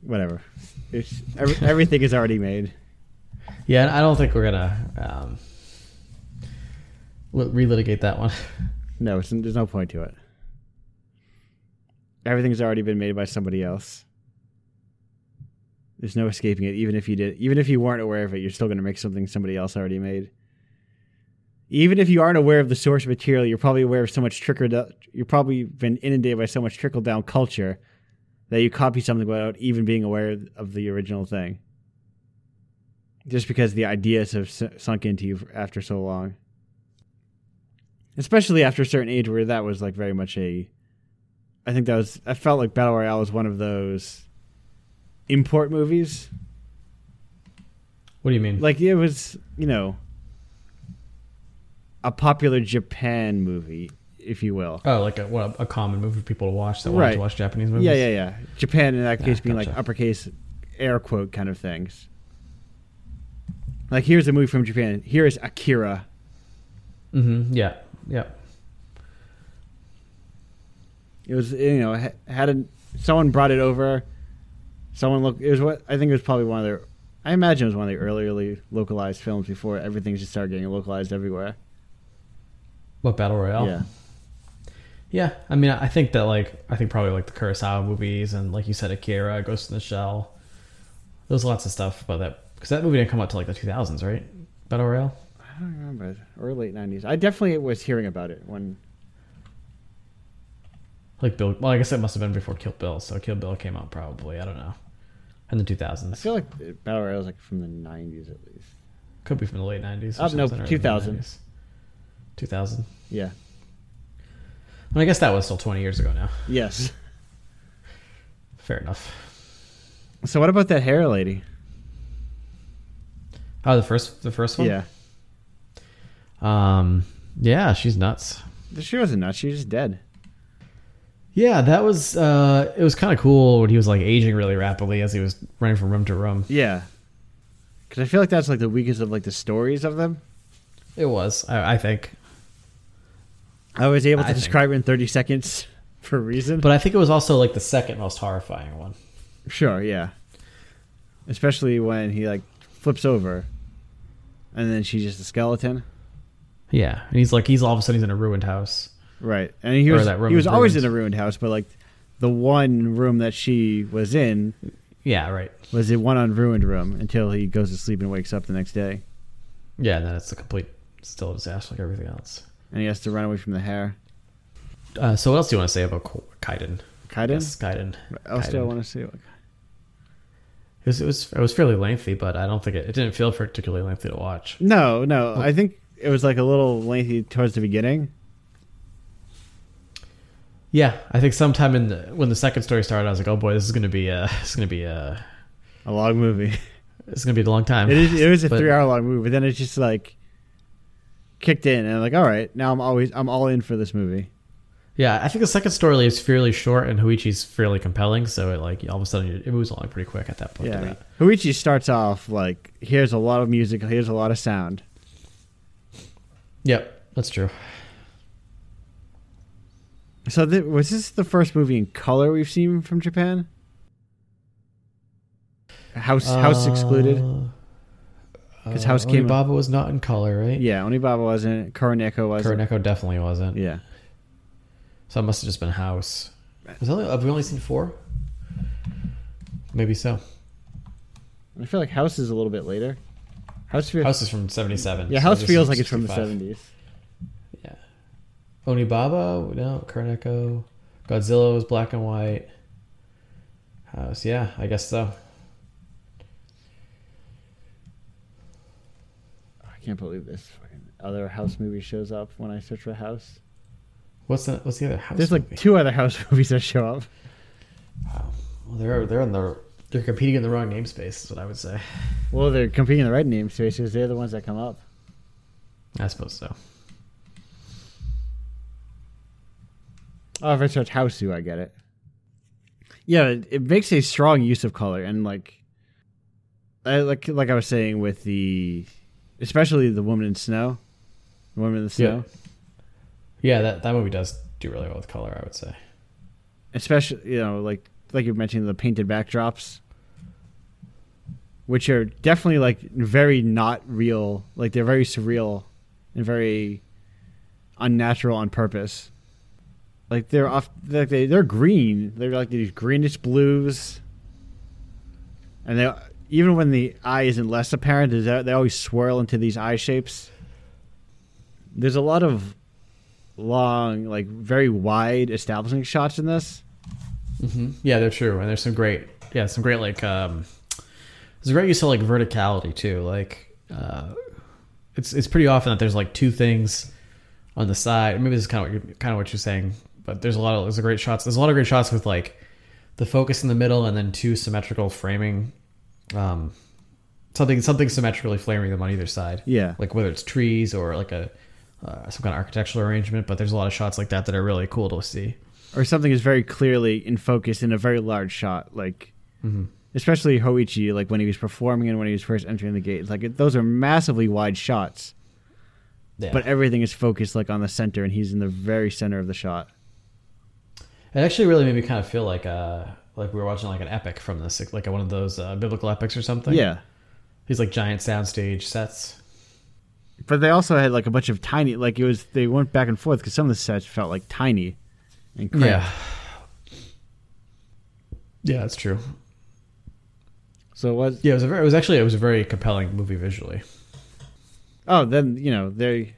Whatever. It's every, everything is already made.
yeah. and I don't think we're gonna um, li- relitigate that one. (laughs)
No, it's, there's no point to it. Everything's already been made by somebody else. There's no escaping it. Even if you did, even if you weren't aware of it, you're still going to make something somebody else already made. Even if you aren't aware of the source material, you're probably aware of so much trickle. You're probably been inundated by so much trickle down culture that you copy something without even being aware of the original thing. Just because the ideas have su- sunk into you after so long especially after a certain age where that was like very much a i think that was i felt like battle royale was one of those import movies
What do you mean?
like it was you know a popular japan movie if you will
oh, like a, what, a common movie for people to watch that want
Right.
to watch Japanese movies.
yeah yeah yeah japan in that
Yeah,
case being like
gotcha.
uppercase air quote kind of things like here's a movie from japan here is akira
Mm-hmm. Yeah, yeah.
It was you know ha- had a, someone brought it over. Someone look. It was what I think it was probably one of their. I imagine it was one of the earlierly localized films before everything just started getting localized everywhere.
What Battle Royale?
Yeah,
Yeah, I mean, I think that like I think probably like the Kurosawa movies and like you said, Akira, Ghost in the Shell. There's lots of stuff about that because that movie didn't come out till like the 2000s, right? Battle Royale.
I don't remember or late nineties. I definitely was hearing about it when
like Bill. Well, I guess it must have been before Kill Bill. So Kill Bill came out probably. I don't know. In the
I
2000s,
feel like Battle Royale is like from the 90s at least.
could be from the late 90s.
Uh,
Or
no,
something, or the
2000.
90s. 2000.
Yeah.
I, mean, I guess that was still 20 years ago now.
Yes. (laughs)
Fair enough.
So what about that hair lady?
Oh, the first, the first one.
Yeah.
Um. Yeah, she's nuts.
She wasn't nuts. She was just dead.
Yeah, that was. Uh, it was kind of cool when he was like aging really rapidly as he was running from room to room.
Yeah. Because I feel like that's like the weakest of like the stories of them.
It was. I, I think.
I was able to
I think-
describe it in 30 seconds (laughs) for a reason.
But I think it was also like the second most horrifying one.
sure, yeah. Especially when he like flips over and then she's just a skeleton.
Yeah, and he's like, he's all of a sudden he's in a ruined house.
Right. And he
Or
was
that room
he was
is
always in
ruined.
a ruined house, but like the one room that she was in
Yeah, right.
was the one unruined room until he goes to sleep and wakes up the next day
Yeah, and then it's a complete still a disaster like everything else.
and he has to run away from the hair.
Uh, so what else do you want to say about Ko- Kaiden?
Kaiden?
Yes, Kaiden.
Else do I
Kaiden.
want to see?
It was, it was it was fairly lengthy, but I don't think it, it didn't feel particularly lengthy to watch.
No,
Oh.
no. I think it was like a little lengthy towards the beginning.
Yeah, I think sometime in the, when the second story started, I was like, oh boy, this is gonna be uh, (laughs) this is gonna be uh,
A long movie.
it's gonna be a long time.
It is. It was a
But-
three-hour long movie, but then it's just like kicked in, and I'm like, all right, now I'm always I'm all in for this movie.
Yeah, I think the second story is fairly short, and Huichi's fairly compelling. So it like all of a sudden it moves along pretty quick at that point. to
yeah.
that.
Huichi starts off like here's a lot of music, here's a lot of sound.
Yep, that's true.
So th- was this the first movie in color we've seen from Japan? House House excluded.
Because
'Cause House came-
Baba Uh, was not in color, right?
Yeah, Onibaba wasn't. Koroneko wasn't.
Kuroneko definitely wasn't.
Yeah.
So it must have just been House. Was only, have we only seen four? Maybe so.
I feel like House is a little bit later. House feels
House is from '77.
yeah.
so
House
this
feels
is
like it's from the
65.
seventies.
Yeah. Onibaba, no, Kuroneko. Godzilla was black and white. House, yeah, I guess so.
I can't believe this fucking other house movie shows up when I search for house.
What's the what's the other house?
There's like
movie?
two other house (laughs) movies that show up.
well, they're they're in the they're competing in the wrong namespace. Is what I would say.
Well, they're competing in the right name space because they're the ones that come up.
I suppose so.
Oh, if I search house, do I get it? Yeah, it, it makes a strong use of color and like, I, like like I was saying with the, especially the woman in snow, the woman in the snow.
Yeah, that that movie does do really well with color. I would say.
especially you know like like you mentioned the painted backdrops which are definitely like very not real like they're very surreal and very unnatural on purpose like they're off like they, they're green they're like these greenish blues and they even when the eye isn't less apparent is that they always swirl into these eye shapes there's a lot of long like very wide establishing shots in this
Mm-hmm. Yeah, they're true, and there's some great yeah some great like um, there's a great use of like verticality too. Like uh, it's it's pretty often that there's like two things on the side. Maybe this is kind of what you're, kind of what you're saying, but there's a lot of there's a great shots. There's a lot of great shots with like the focus in the middle and then two symmetrical framing. Um, something something symmetrically framing them on either side.
Yeah.
like whether it's trees or like a uh, some kind of architectural arrangement. But there's a lot of shots like that that are really cool to see.
or something is very clearly in focus in a very large shot, like especially Hoichi, like when he was performing and when he was first entering the gate. It's Like it, those are massively wide shots,
Yeah.
but everything is focused like on the center, and he's in the very center of the shot.
It actually really made me kind of feel like uh like we were watching like an epic from the six- like one of those uh, biblical epics or something.
yeah,
these like giant soundstage sets.
but they also had like a bunch of tiny, like it was they went back and forth because some of the sets felt like tiny. And cramped.
yeah, that's true.
So it was
Yeah, it was a very, it was actually it was a very compelling movie visually.
oh then you know they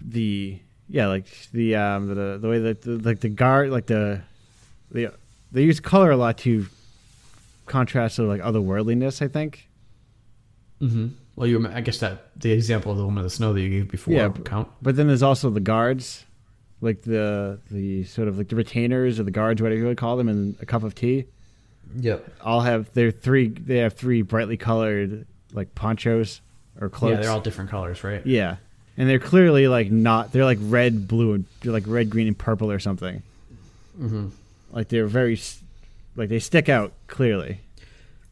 the yeah, like the um the the way that the, like the guard like the the they use color a lot to contrast to like otherworldliness. I think.
Mm-hmm. Well, you I guess that the example of the woman in the snow that you gave before
Yeah,
would count.
But then there's also the guards, like the the sort of like the retainers or the guards, whatever you would call them, and a cup of tea.
Yep.
All have their three. They have three brightly colored like ponchos or cloaks.
Yeah, they're all different colors, right?
Yeah. And they're clearly like not. They're like red, blue, and they're like red, green, and purple or something.
Mm-hmm.
Like they're very, s- like they stick out clearly.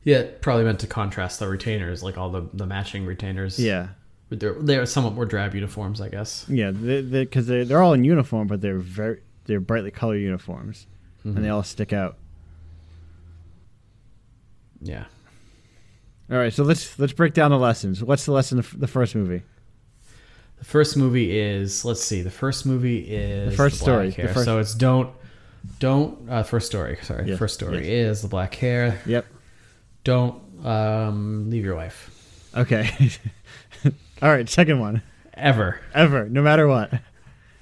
Yeah, probably meant to contrast the retainers, like all the, the matching retainers.
Yeah.
But they're they're somewhat more drab uniforms, I guess.
Yeah. Because they, are they're all in uniform, but they're very they're brightly colored uniforms, and they all stick out.
Yeah.
All right, so let's let's break down the lessons. What's the lesson of the first movie?
The first movie is let's see. The first movie is
The first
black
story, the
Hair.
first-
So it's don't don't uh, first story. Sorry,
Yeah,
first story is the black hair.
Yep.
Don't um, leave your wife
Okay. (laughs) all right, second one.
ever.
Ever, no matter what,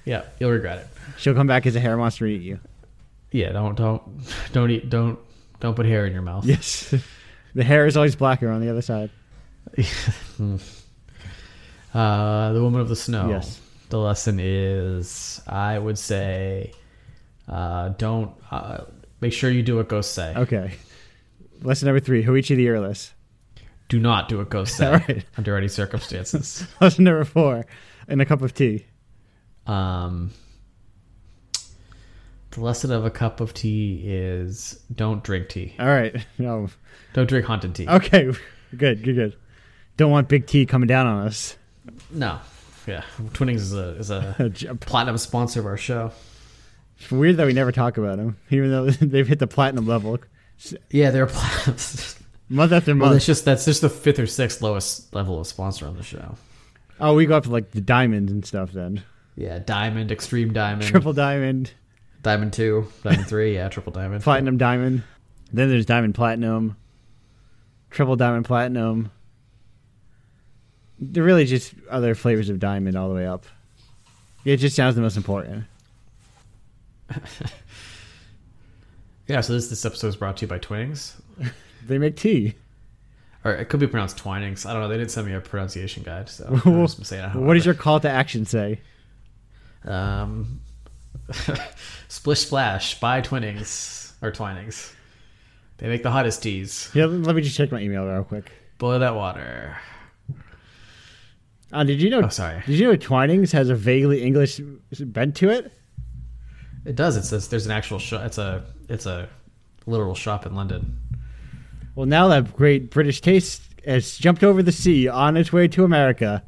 Yeah, you'll regret it.
she'll come back as a hair monster and eat you.
Yeah, don't don't don't eat don't don't put hair in your mouth.
Yes. (laughs) The hair is always blacker on the other side.
(laughs) Hmm. Uh, the woman of the snow.
Yes.
The lesson is, I would say, uh, don't uh, make sure you do what ghosts say.
Okay. Lesson number three: Hoichi the earless.
Do not do what ghosts
(laughs)
say
All right.
under any circumstances.
(laughs) Lesson number four: and a cup of tea.
um, the lesson of a cup of tea is don't drink tea.
All right. (laughs) No.
Don't drink haunted tea.
Okay. (laughs) Good. Good. Good. Don't want big tea coming down on us. (laughs)
No. Yeah. Twinings is a is a
It's
platinum sponsor of our show.
weird that we never talk about him, (laughs) even though they've hit the platinum level
Yeah, they're a platinum. (laughs)
month after month.
Well, that's just that's just the fifth or sixth lowest level of sponsor on the show.
Oh, we go up to like the diamond and stuff then.
Yeah, diamond, extreme diamond,
Triple diamond,
diamond two, diamond three, yeah, triple diamond,
platinum diamond. Then there's diamond platinum, triple diamond platinum. They're really just other flavors of diamond all the way up. It just sounds the most important.
Yeah, so this this episode is brought to you by Twinings,
They make tea.
or it could be pronounced Twinings. I don't know. They didn't send me a pronunciation guide, so
(laughs)
I'm just saying. it
what does
however.
your call to action say?
um, (laughs) splish splash? Buy Twinings or Twinings. They make the hottest teas.
Yeah, let me just check my email real quick.
Boil that water.
Uh, did you know?
Oh, sorry.
Did you know Twinings has a vaguely English bent to it?
It does. It says there's an actual shop. It's a it's a literal shop in London.
Well, now that great British taste has jumped over the sea on its way to America.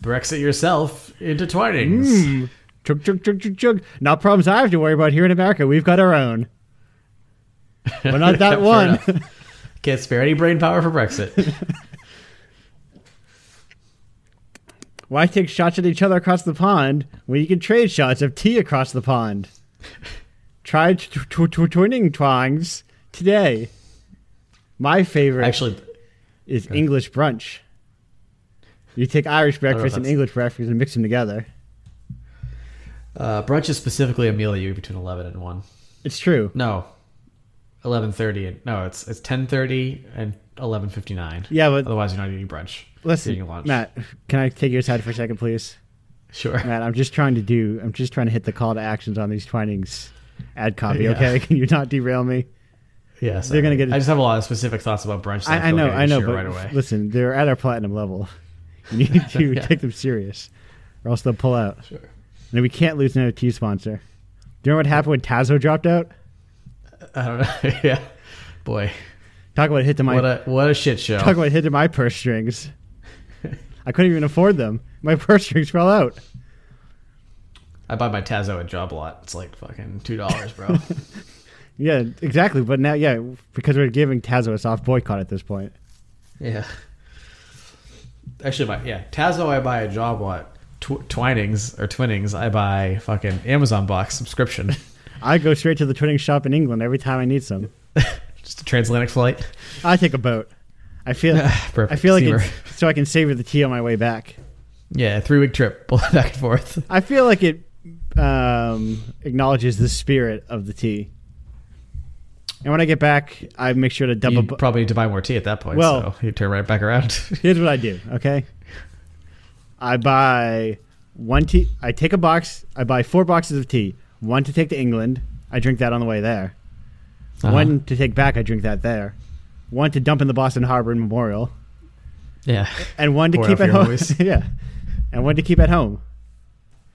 Brexit yourself into Twinings.
Chug, chug, chug, chug, chug. Not problems I have to worry about here in America. We've got our own. Hmm, But not
(laughs) Fair
that one.
enough. Can't spare any brain power
(laughs)
for Brexit.
Why take shots at each other across the pond when you can trade shots of tea across the pond? Try t- t- t- t- twinning twangs today. My favorite
Actually,
is English brunch. You take Irish
know if
breakfast and
that's-
English breakfast and mix them together.
uh, brunch is specifically a meal that you eat between eleven and one.
It's true.
No, eleven thirty. and No, it's it's ten thirty and eleven fifty nine.
Yeah, but
Otherwise, you're not eating brunch. You're
listen,
eating lunch.
Matt, can I take you aside for a second, please?
Sure. (laughs)
Matt, I'm just trying to do. I'm just trying to hit the call to actions on these Twinings ad copy.
Yeah.
Okay, (laughs) can you not derail me?
Yes,
They're gonna get a-
I just have a lot of specific thoughts about brunch. that
I, I
feel
know,
like
I
can
know,
share
but
right away. (laughs)
listen, they're at our platinum level. (laughs) You need to
Yeah.
take them serious, or else they'll pull out.
Sure.
And we can't lose another tea sponsor. Do you know what happened when Tazo dropped out?
I don't know. (laughs) yeah, boy,
Talk about hit to my
what a what a shit show.
talk about hit to my purse
(laughs)
strings. I couldn't even afford them. My purse strings fell out.
I buy my Tazo at Job Lot. It's like fucking two dollars,
(laughs)
bro.
Yeah, exactly. But now, yeah, because we're giving Tazo a soft boycott at this point.
Yeah. Actually, my yeah, Tazo I buy a job lot. Tw- Twinings or Twinnings I buy fucking Amazon box subscription. (laughs)
I go straight to the twinning shop in England every time I need some.
Just a transatlantic flight.
I take a boat. I feel.
(laughs) Perfect.
I feel like
Steamer.
it's, so I can savor the tea on my way back.
yeah, three week trip (laughs) back and forth.
I feel like it um, acknowledges the spirit of the tea. And when I get back, I make sure to double.
You
bu-
probably need to buy more tea at that point.
Well-
so you turn right
(laughs)
back around.
Here's what I do. Okay, I buy one tea. I take a box. I buy four boxes of tea. One to take to England. I drink that on the way there.
Uh-huh.
One to take back. I drink that there. One to dump in the Boston Harbor Memorial, (laughs)
Yeah.
and one to
Pour it
keep
out
at
for your
home. (laughs)
always.
yeah, and one to keep at home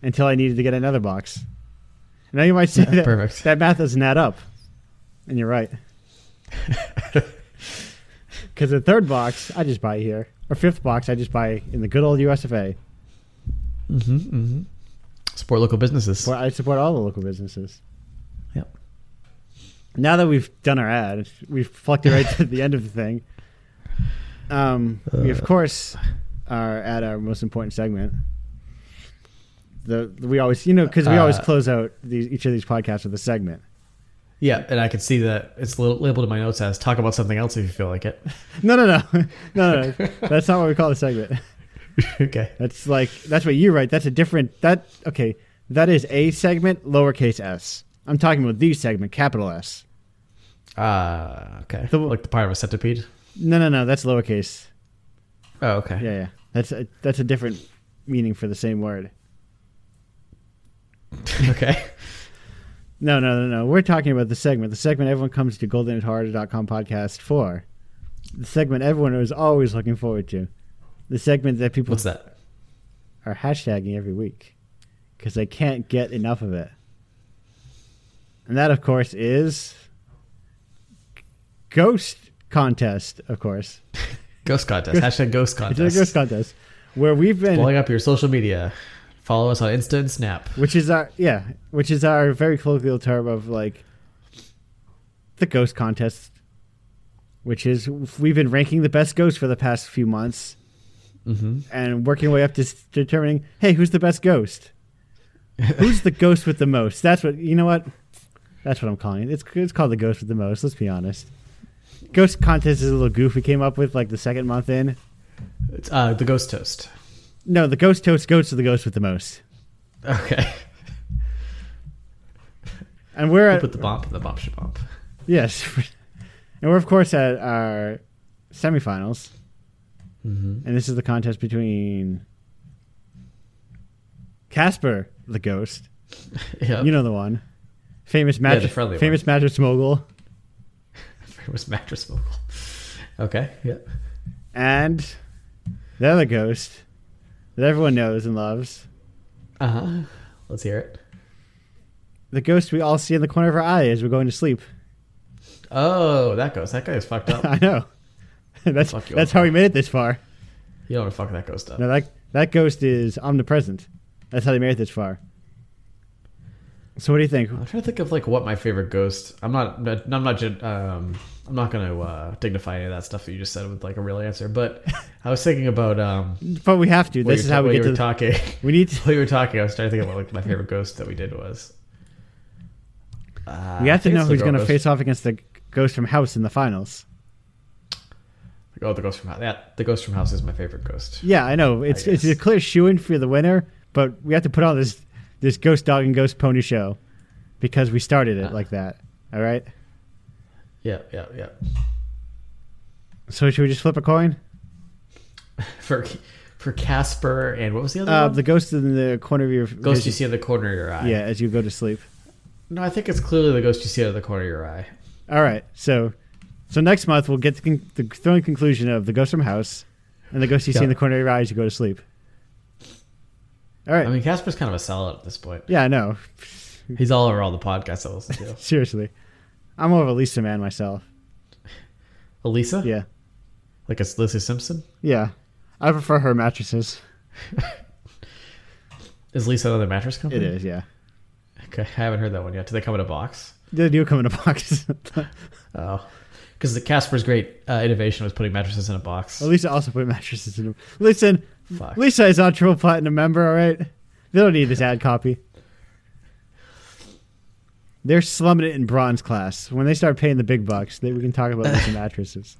until I needed to get another box. Now you might say
Yeah,
that
perfect.
that math doesn't add up, and you're right. Because the third box I just buy here, or fifth box I just buy in the good old USFA.
hmm hmm Support local businesses.
Where I support all the local businesses.
Yep.
Now that we've done our ad, we've plucked it right to the end of the thing. Um, we of
Uh.
course are at our most important segment. The we always you know because we always
Uh.
close out these, each of these podcasts with a segment.
Yeah, and I can see that it's li- labeled in my notes as "talk about something else if you feel like it." (laughs)
No, no, (laughs) no, no, no, no. That's not what we call the segment.
okay.
That's like that's what you write. That's a different that okay. That is a segment, lowercase s. I'm talking about the segment, capital S.
Ah, okay.
The-
like the part of a centipede.
No, no, no. That's lowercase.
Oh, okay.
Yeah, yeah. That's a, that's a different meaning for the same word.
(laughs) okay.
No, no, no, no. We're talking about the segment. The segment everyone comes to goldenhorror.com podcast for. The segment everyone is always looking forward to. The segment that people
What's that?
are hashtagging every week because they can't get enough of it. And that, of course, is Ghost Contest, of course.
Ghost contest. Hashtag ghost
It's
contest.
a Ghost Contest where we've been,
Blowing up your social media. Follow us on Insta and Snap.
which is our, yeah, which is our very colloquial term of like the Ghost Contest, which is we've been ranking the best ghosts for the past few months
hmm
and working way up to s- determining, hey, who's the best
(laughs)
ghost? who's the ghost with the most? That's what you know. What? That's what I'm calling it. It's it's called the ghost with the most. Let's be honest. Ghost contest is a little goof we came up with like the second month in.
It's, uh, the ghost toast.
No, the ghost toast goes to the ghost with the most,
Okay.
and we're
We'll
at
put the bump. in The bump should bump.
yes, (laughs) and we're of course at our semifinals,
hmm (laughs)
and this is the contest between Casper the ghost
Yeah.
You know the one. Famous
Yeah, the
mattress
friendly
famous mattress mogul
it was mattress mogul. Okay. Yeah.
and the other ghost that everyone knows and loves.
Uh
Uh-huh.
huh. Let's hear it.
The ghost we all see in the corner of our eye as we're going to sleep.
Oh, that ghost. That guy is fucked
(laughs)
up.
I know. that's
Fuck you
that's
up.
how we made it this far.
you don't want to fuck that ghost up.
No, that that ghost is omnipresent. That's how they made it this far. So what do you think?
I'm trying to think of like what my favorite ghost. I'm not. I'm not. ju- Um, I'm not going to uh, dignify any of that stuff that you just said with like a real answer. But I was thinking about um,
But we have to.
while
This
you-
is how
while
we
you
get to
were
the,
talking. (laughs)
we need to,
while you were talking, I was trying to think about like my favorite ghost that we did was. Uh,
we
I
have to
think
know
it's the
who's going to
ghost-
face off against the ghost from House in the finals.
Oh, the ghost from house. That the ghost from house is my favorite ghost.
Yeah, I know. It's it's
guess.
a clear shoe in for the winner, but we have to put on this this ghost dog and ghost pony show because we started it
Uh.
like that. All right.
Yeah, yeah, yeah.
So should we just flip a coin?
For for Casper and what was the other
Uh,
one?
the ghost in the corner of your
ghost
vision.
you see in the corner of your eye.
Yeah, as you go to sleep.
No, I think it's clearly the ghost you see out of the corner of your eye.
All right. So so next month we'll get the, con- the thrilling conclusion of the ghost from house and the ghost you see
Yeah.
in the corner of your eye as you go to sleep. All right.
I mean, Casper's kind of a sellout at this point.
yeah, I know.
He's all over all the podcasts I listen
(laughs)
to.
Seriously, I'm more of a Lisa man myself.
Elisa?
Yeah,
Like it's Lisa Simpson?
yeah. I prefer her mattresses.
Is Lisa another mattress
It
company?
is, yeah.
Okay, I haven't heard that one yet. Do they come in a box?
They do come in a box. (laughs)
Oh. Because the Casper's great uh, innovation was putting mattresses in a box.
Lisa also put mattresses in them. Listen,
Fuck.
Lisa is not triple platinum member, all right? They don't need this ad copy. They're slumming it in bronze class. When they start paying the big bucks, they, we can talk about (laughs) Lisa mattresses.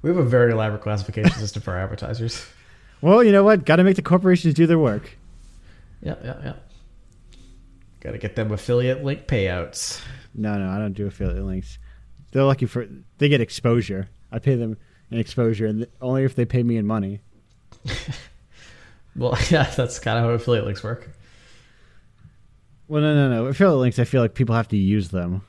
We have a very elaborate classification system for our advertisers. (laughs)
Well, you know what? Got to make the corporations do their work.
Yeah, yeah, yeah. Got to get them affiliate link payouts.
No, no, I don't do affiliate links. They're lucky for they get exposure. I pay them in exposure, and th- only if they pay me in money.
Well, (laughs) yeah, that's kind of how affiliate links work.
Well, no, no, no. Affiliate links. I feel like people have to use them.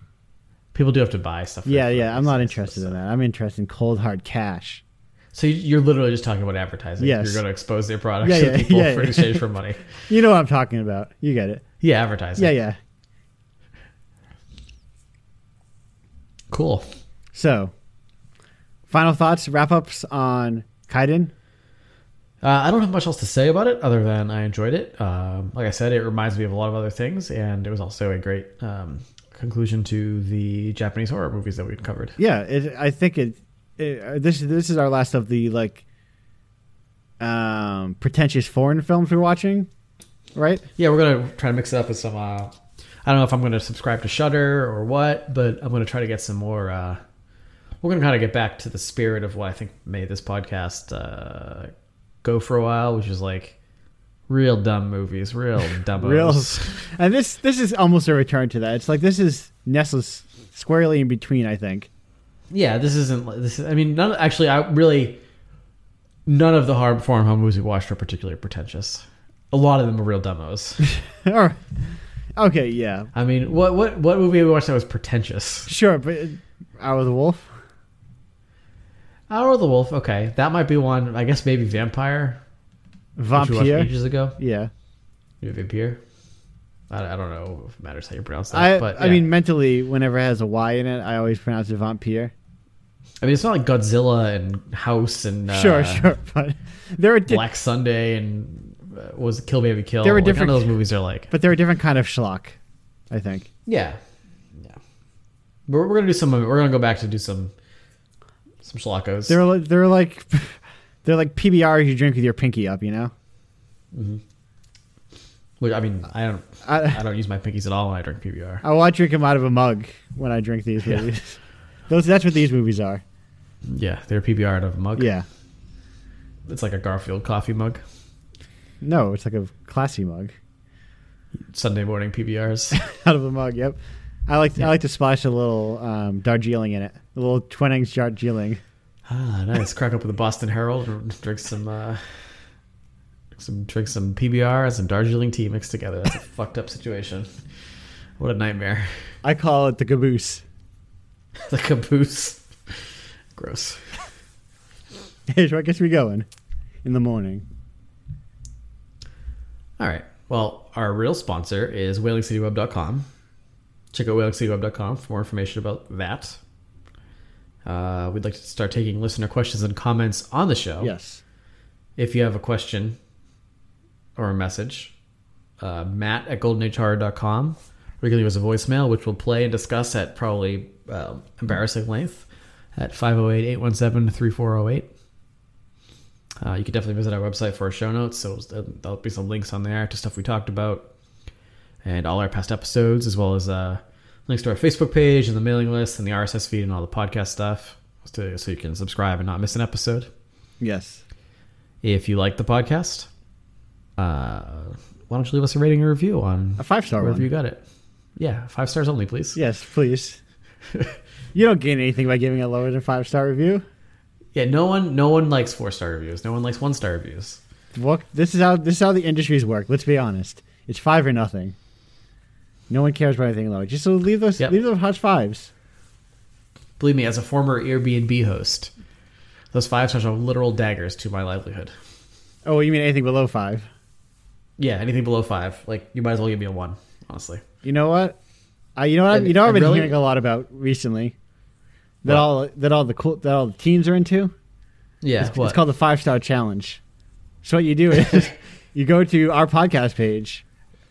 People do have to buy stuff. for
Yeah,
affiliate
yeah. I'm not
links, so-
interested in that. I'm interested in cold hard cash.
So you- you're literally just talking about advertising.
Yes.
You're going to expose their products
Yeah,
to
yeah,
people
yeah,
for
yeah.
exchange
(laughs)
for money.
You know what I'm talking about. You get it.
Yeah, advertising.
Yeah, yeah.
Cool.
So, final thoughts, wrap ups on Kaiden.
Uh, I don't have much else to say about it other than I enjoyed it. Um, like I said, it reminds me of a lot of other things, and it was also a great um, conclusion to the Japanese horror movies that we'd covered.
Yeah, it, I think it, it. uh, This this is our last of the like um pretentious foreign films we're watching, right?
Yeah, we're gonna try to mix it up with some. Uh, I don't know if I'm gonna subscribe to Shutter or what, but I'm gonna try to get some more. Uh, we're gonna kind of get back to the spirit of what I think made this podcast uh, go for a while, which is like real dumb movies, real dumbos.
Real, and this this is almost a return to that. It's like this is nestled s- squarely in between. I think. (laughs)
Yeah, this isn't. li- This is, I mean, none. Actually, I really none of the hard foreign home movies we watched were particularly pretentious. A lot of them were real demos.
All right. Okay. Yeah.
I mean, what what what movie we watched that was pretentious?
Sure. But uh, Hour of the Wolf.
Hour of the Wolf. Okay, that might be one. I guess maybe Vampire. which we watched
Vampire.
ages ago.
Yeah.
Yeah, Vampire. I, I don't know if it matters how you pronounce that.
I
but
I
yeah.
mean mentally, whenever it has a Y in it, I always pronounce it vampire.
I mean, it's not like Godzilla and House and uh,
sure, (laughs) sure, but there are di-
Black Sunday and uh, what was it, Kill Baby Kill.
There were
Like, none
different-
of those movies are like.
but they're a different kind of schlock, I think.
Yeah, yeah. We're, we're gonna do some. of it. We're gonna go back to do some some schlackos.
They're li- they're like (laughs) they're like PBRs you drink with your pinky up, you know.
Which, I mean, I don't.
I
(laughs) I don't use my pinkies at all when I drink PBR.
I want to drink them out of a mug when I drink these
Yeah.
movies. (laughs) Those that's what these movies are.
Yeah, they're PBR out of a mug.
Yeah.
it's like a Garfield coffee mug.
No, it's like a classy mug (laughs)
Sunday morning PBRs.
out of a mug. Yep. I like I like to splash a little um, Darjeeling in it, a little Twinings Darjeeling.
Ah, nice. Crack up with the Boston Herald and drink some, uh, drink some, drink some PBR and some Darjeeling tea mixed together. That's a (laughs) fucked up situation. What a nightmare. (laughs)
I call it the caboose. (laughs)
the caboose. Gross.
Here's where it gets me going in the morning.
All right. Well, our real sponsor is whalingcityweb.com. Check out whalingcityweb.com for more information about that. Uh, we'd like to start taking listener questions and comments on the show.
Yes.
if you have a question or a message, uh, matt at goldenagehorror.com. Or you can leave us a voicemail, which we'll play and discuss at probably um, embarrassing length at 508 817 3408. Uh, You can definitely visit our website for our show notes. So uh, there'll be some links on there to stuff we talked about and all our past episodes, as well as uh, links to our Facebook page and the mailing list and the RSS feed and all the podcast stuff so so you can subscribe and not miss an episode.
Yes.
If you like the podcast, uh, why don't you leave us a rating or review on
A five star
wherever you
one.
got it? Yeah, five stars only, please. (laughs)
Yes, please. you don't gain anything by giving a lower than five star review.
Yeah, no one, no one likes four star reviews. No one likes one star reviews.
What this is how this is how the industries work. Let's be honest. It's five or nothing. No one cares about anything lower. Just so leave those
Yep.
leave those hot fives.
Believe me, as a former Airbnb host, those five stars are literal daggers to my livelihood.
Oh, you mean anything below five?
Yeah, anything below five, like you might as well give me a one, honestly.
You know what? I you know what
And-
you know what I've
and
been
really-
hearing a lot about recently. That
What?
all that all the cool that all the teens are into.
Yeah,
It's,
what?
it's called the five star challenge. So what you do
(laughs)
is you go to our podcast page,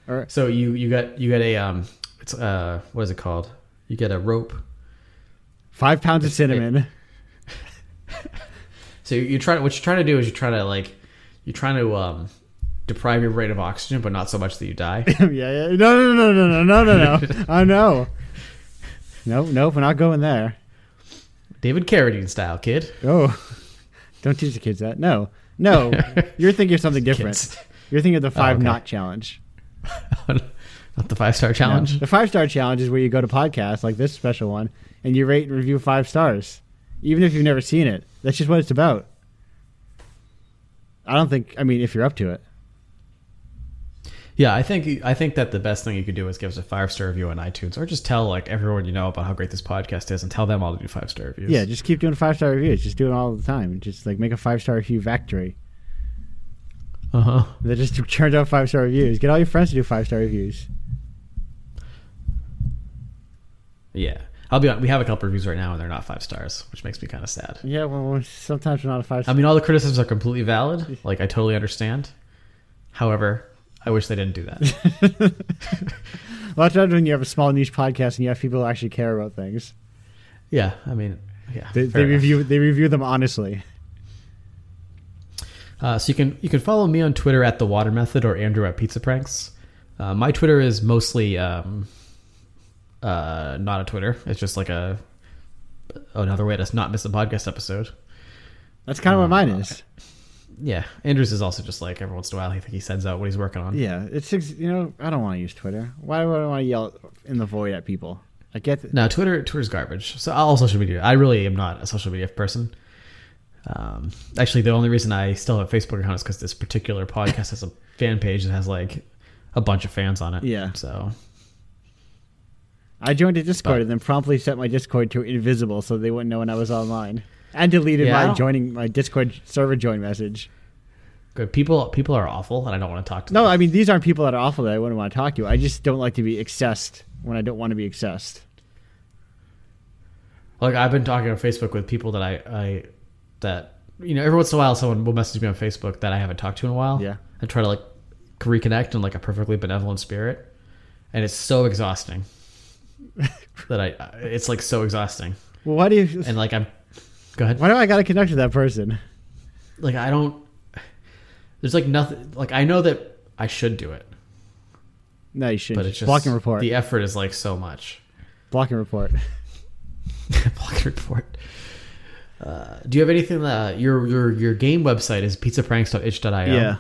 or
so you you got you got a um, it's uh, what is it called? You get a rope.
five pounds of cinnamon. (laughs)
So you- you're trying. What you're trying to do is you're trying to like, you're trying to um, deprive your brain of oxygen, but not so much that
(laughs)
you die.
yeah, yeah. No, no, no, no, no, no, no,
(laughs)
no. oh no. Nope, nope. We're not going there.
David Carradine style, kid.
Oh, don't teach the kids that. No,
(laughs)
no. You're thinking of something different.
Kids. (laughs) Oh,
You're thinking of the five
okay.
knot challenge.
the Not the five star challenge.
The five star challenge is where you go to podcasts like this special one and you rate and review five stars, even if you've never seen it. That's just what it's about. I don't think. I mean, if you're up to it,
Yeah, I think I think that the best thing you could do is give us a five star review on iTunes, or just tell like everyone you know about how great this podcast is, and tell them all to do five star reviews.
yeah, just keep doing five star reviews. Just do it all the time. Just like make a five star review factory
uh huh.
that just (laughs) turns out five star reviews. Get all your friends to do five star reviews.
Yeah, I'll be honest. We have a couple reviews right now, and they're not five stars, which makes me kind of sad.
Yeah, well, sometimes we're not a five.
I
star
mean, all the criticisms are completely valid. Like, I totally understand. However, I wish they didn't do that.
(laughs) a lot of times when you have a small niche podcast and you have people who actually care about things,
yeah, I mean, yeah,
they,
fair
they
enough.
review they review them honestly.
Uh, so you can you can follow me on Twitter at the Water Method or Andrew at Pizza Pranks. Uh, my Twitter is mostly um, uh, not a Twitter. It's just like a another way to not miss a podcast episode.
That's kind of what mine is.
Yeah, Andrew's is also just like every once in a while. I think he sends out what he's working on.
Yeah, it's ex- you know I don't want to use Twitter. Why would I want to yell in the void at people? I get th-
No, Twitter Twitter's garbage. So all social media. I really am not a social media person. Um, actually, the only reason I still have a Facebook account is because this particular podcast has a fan page that has like a bunch of fans on it.
Yeah.
So
I joined a Discord
But-
and then promptly set my Discord to invisible so they wouldn't know when I was online, and deleted
Yeah, I
my
don't-
joining my Discord server join message.
Good. People people are awful, and I don't want to talk to them.
No, I mean these aren't people that are awful that I wouldn't want to talk to. I just don't like to be accessed when I don't want to be accessed.
Like I've been talking on Facebook with people that I, I that you know every once in a while someone will message me on Facebook that I haven't talked to in a while.
Yeah. (laughs)
And try to like reconnect in like a perfectly benevolent spirit, and it's so exhausting. that I, I- it's like so exhausting,
Well, why do you?
and like I'm, go ahead.
Why do I got to connect with that person?
Like I don't. There's like nothing. Like I know that I should do it,
No, you should.
but it's just
blocking report.
The effort is like so much. (laughs)
blocking report.
Blog report. Uh, do you have anything that your your your game website is pizzapranks.itch.io?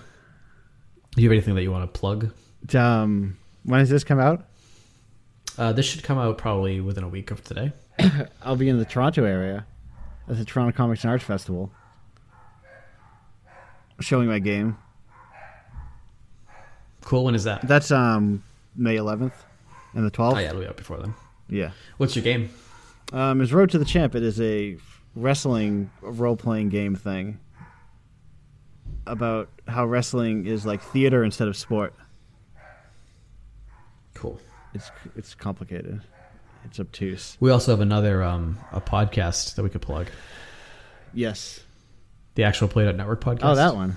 Do you have anything that you want to plug?
Um, when does this come out?
Uh, this should come out probably within a week of today.
I'll be in the Toronto area at the Toronto Comics and Arts Festival, showing my game.
Cool. When is that?
That's um May 11th and the 12th.
oh yeah, it'll be out before then.
yeah.
What's your game?
Um, is Road to the Champ. It is a wrestling role playing game thing about how wrestling is like theater instead of sport.
Cool.
It's it's complicated. It's obtuse.
We also have another um, a podcast that we could plug.
Yes.
The actual Play.Network Network podcast.
Oh, that one.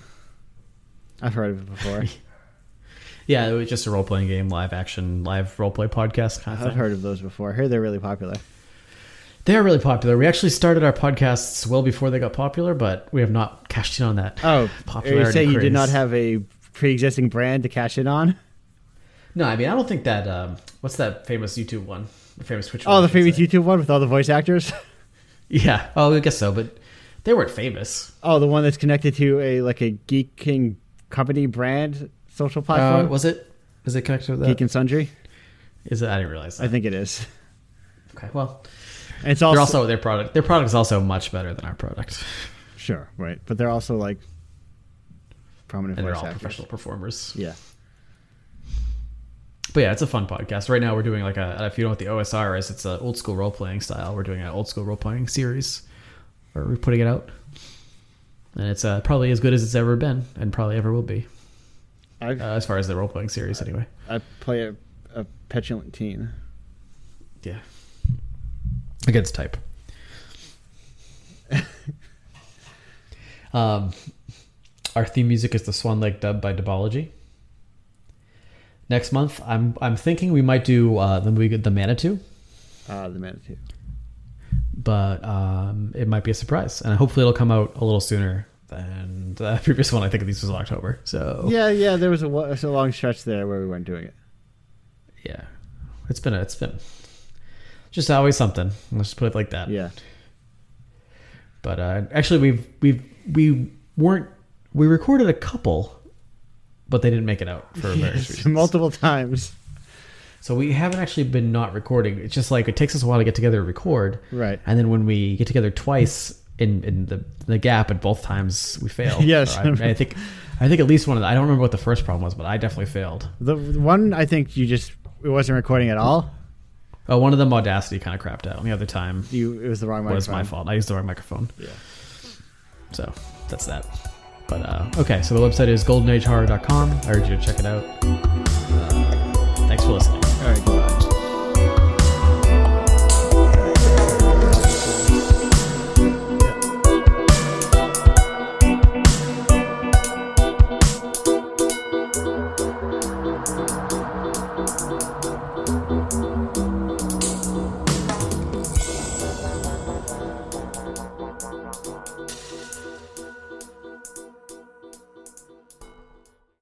I've heard of it before.
Yeah, it was just a role playing game, live action, live role play podcast kind of
I've
thing.
heard of those before. I hear they're really popular.
They're really popular. We actually started our podcasts well before they got popular, but we have not cashed in on that.
Oh,
popularity
you say you
craze.
did not have a pre-existing brand to cash in on?
No, I mean I don't think that. Um, what's that famous YouTube one? The famous Twitch. one,
Oh,
I
the
should
famous
say.
YouTube one with all the voice actors. (laughs)
Yeah. Oh, I guess so, but they weren't famous.
Oh, the one that's connected to a like a Geek King company brand social
Uh,
platform.
was it? Is it connected with that?
Geek and Sundry,
Is it? I didn't realize
I
that.
think it is.
Okay. Well,
And it's
they're
also,
also their product. Their product is also much better than our product, (laughs)
sure, right? But they're also like prominent
and they're
voice
all
actors.
professional performers.
Yeah,
But yeah, it's a fun podcast. Right now, we're doing like a. If you know what the OSR is, it's an old school role playing style. We're doing an old school role playing series, or we're putting it out, and it's uh, probably as good as it's ever been, and probably ever will be,
I
uh, as far as the role playing series, anyway.
I play a, a petulant teen.
Yeah. Against type. (laughs) um, our theme music is the Swan Lake Dub by Dubology. Next month, I'm I'm thinking we might do uh, the movie The Manitou,
Ah, the Manitou.
but um, it might be a surprise, and hopefully it'll come out a little sooner than the (laughs) previous one. I think this was October, so
Yeah, yeah. There was a, wa- a long stretch there where we weren't doing it.
yeah. it's been a, it's been just always something. Let's just put it like that.
Yeah,
But uh, actually, we've we've we weren't
(laughs)
we recorded a couple, but they didn't make it out for various reasons.
multiple times.
So we haven't actually been not recording. It's just like it takes us a while to get together to record.
Right.
And then when we get together twice in, in the the gap at both times we fail.
Yes.
Or I, I think I think at least one of the I don't remember what the first problem was, but I definitely failed.
The the one I think you just it wasn't recording at all.
Oh, one of them Audacity kind of crapped out. And the other time
You it was the wrong microphone.
was my fault. I used the wrong microphone.
Yeah.
So that's that. But uh, okay, so the website is goldenagehorror.com. I urge you to check it out. Uh,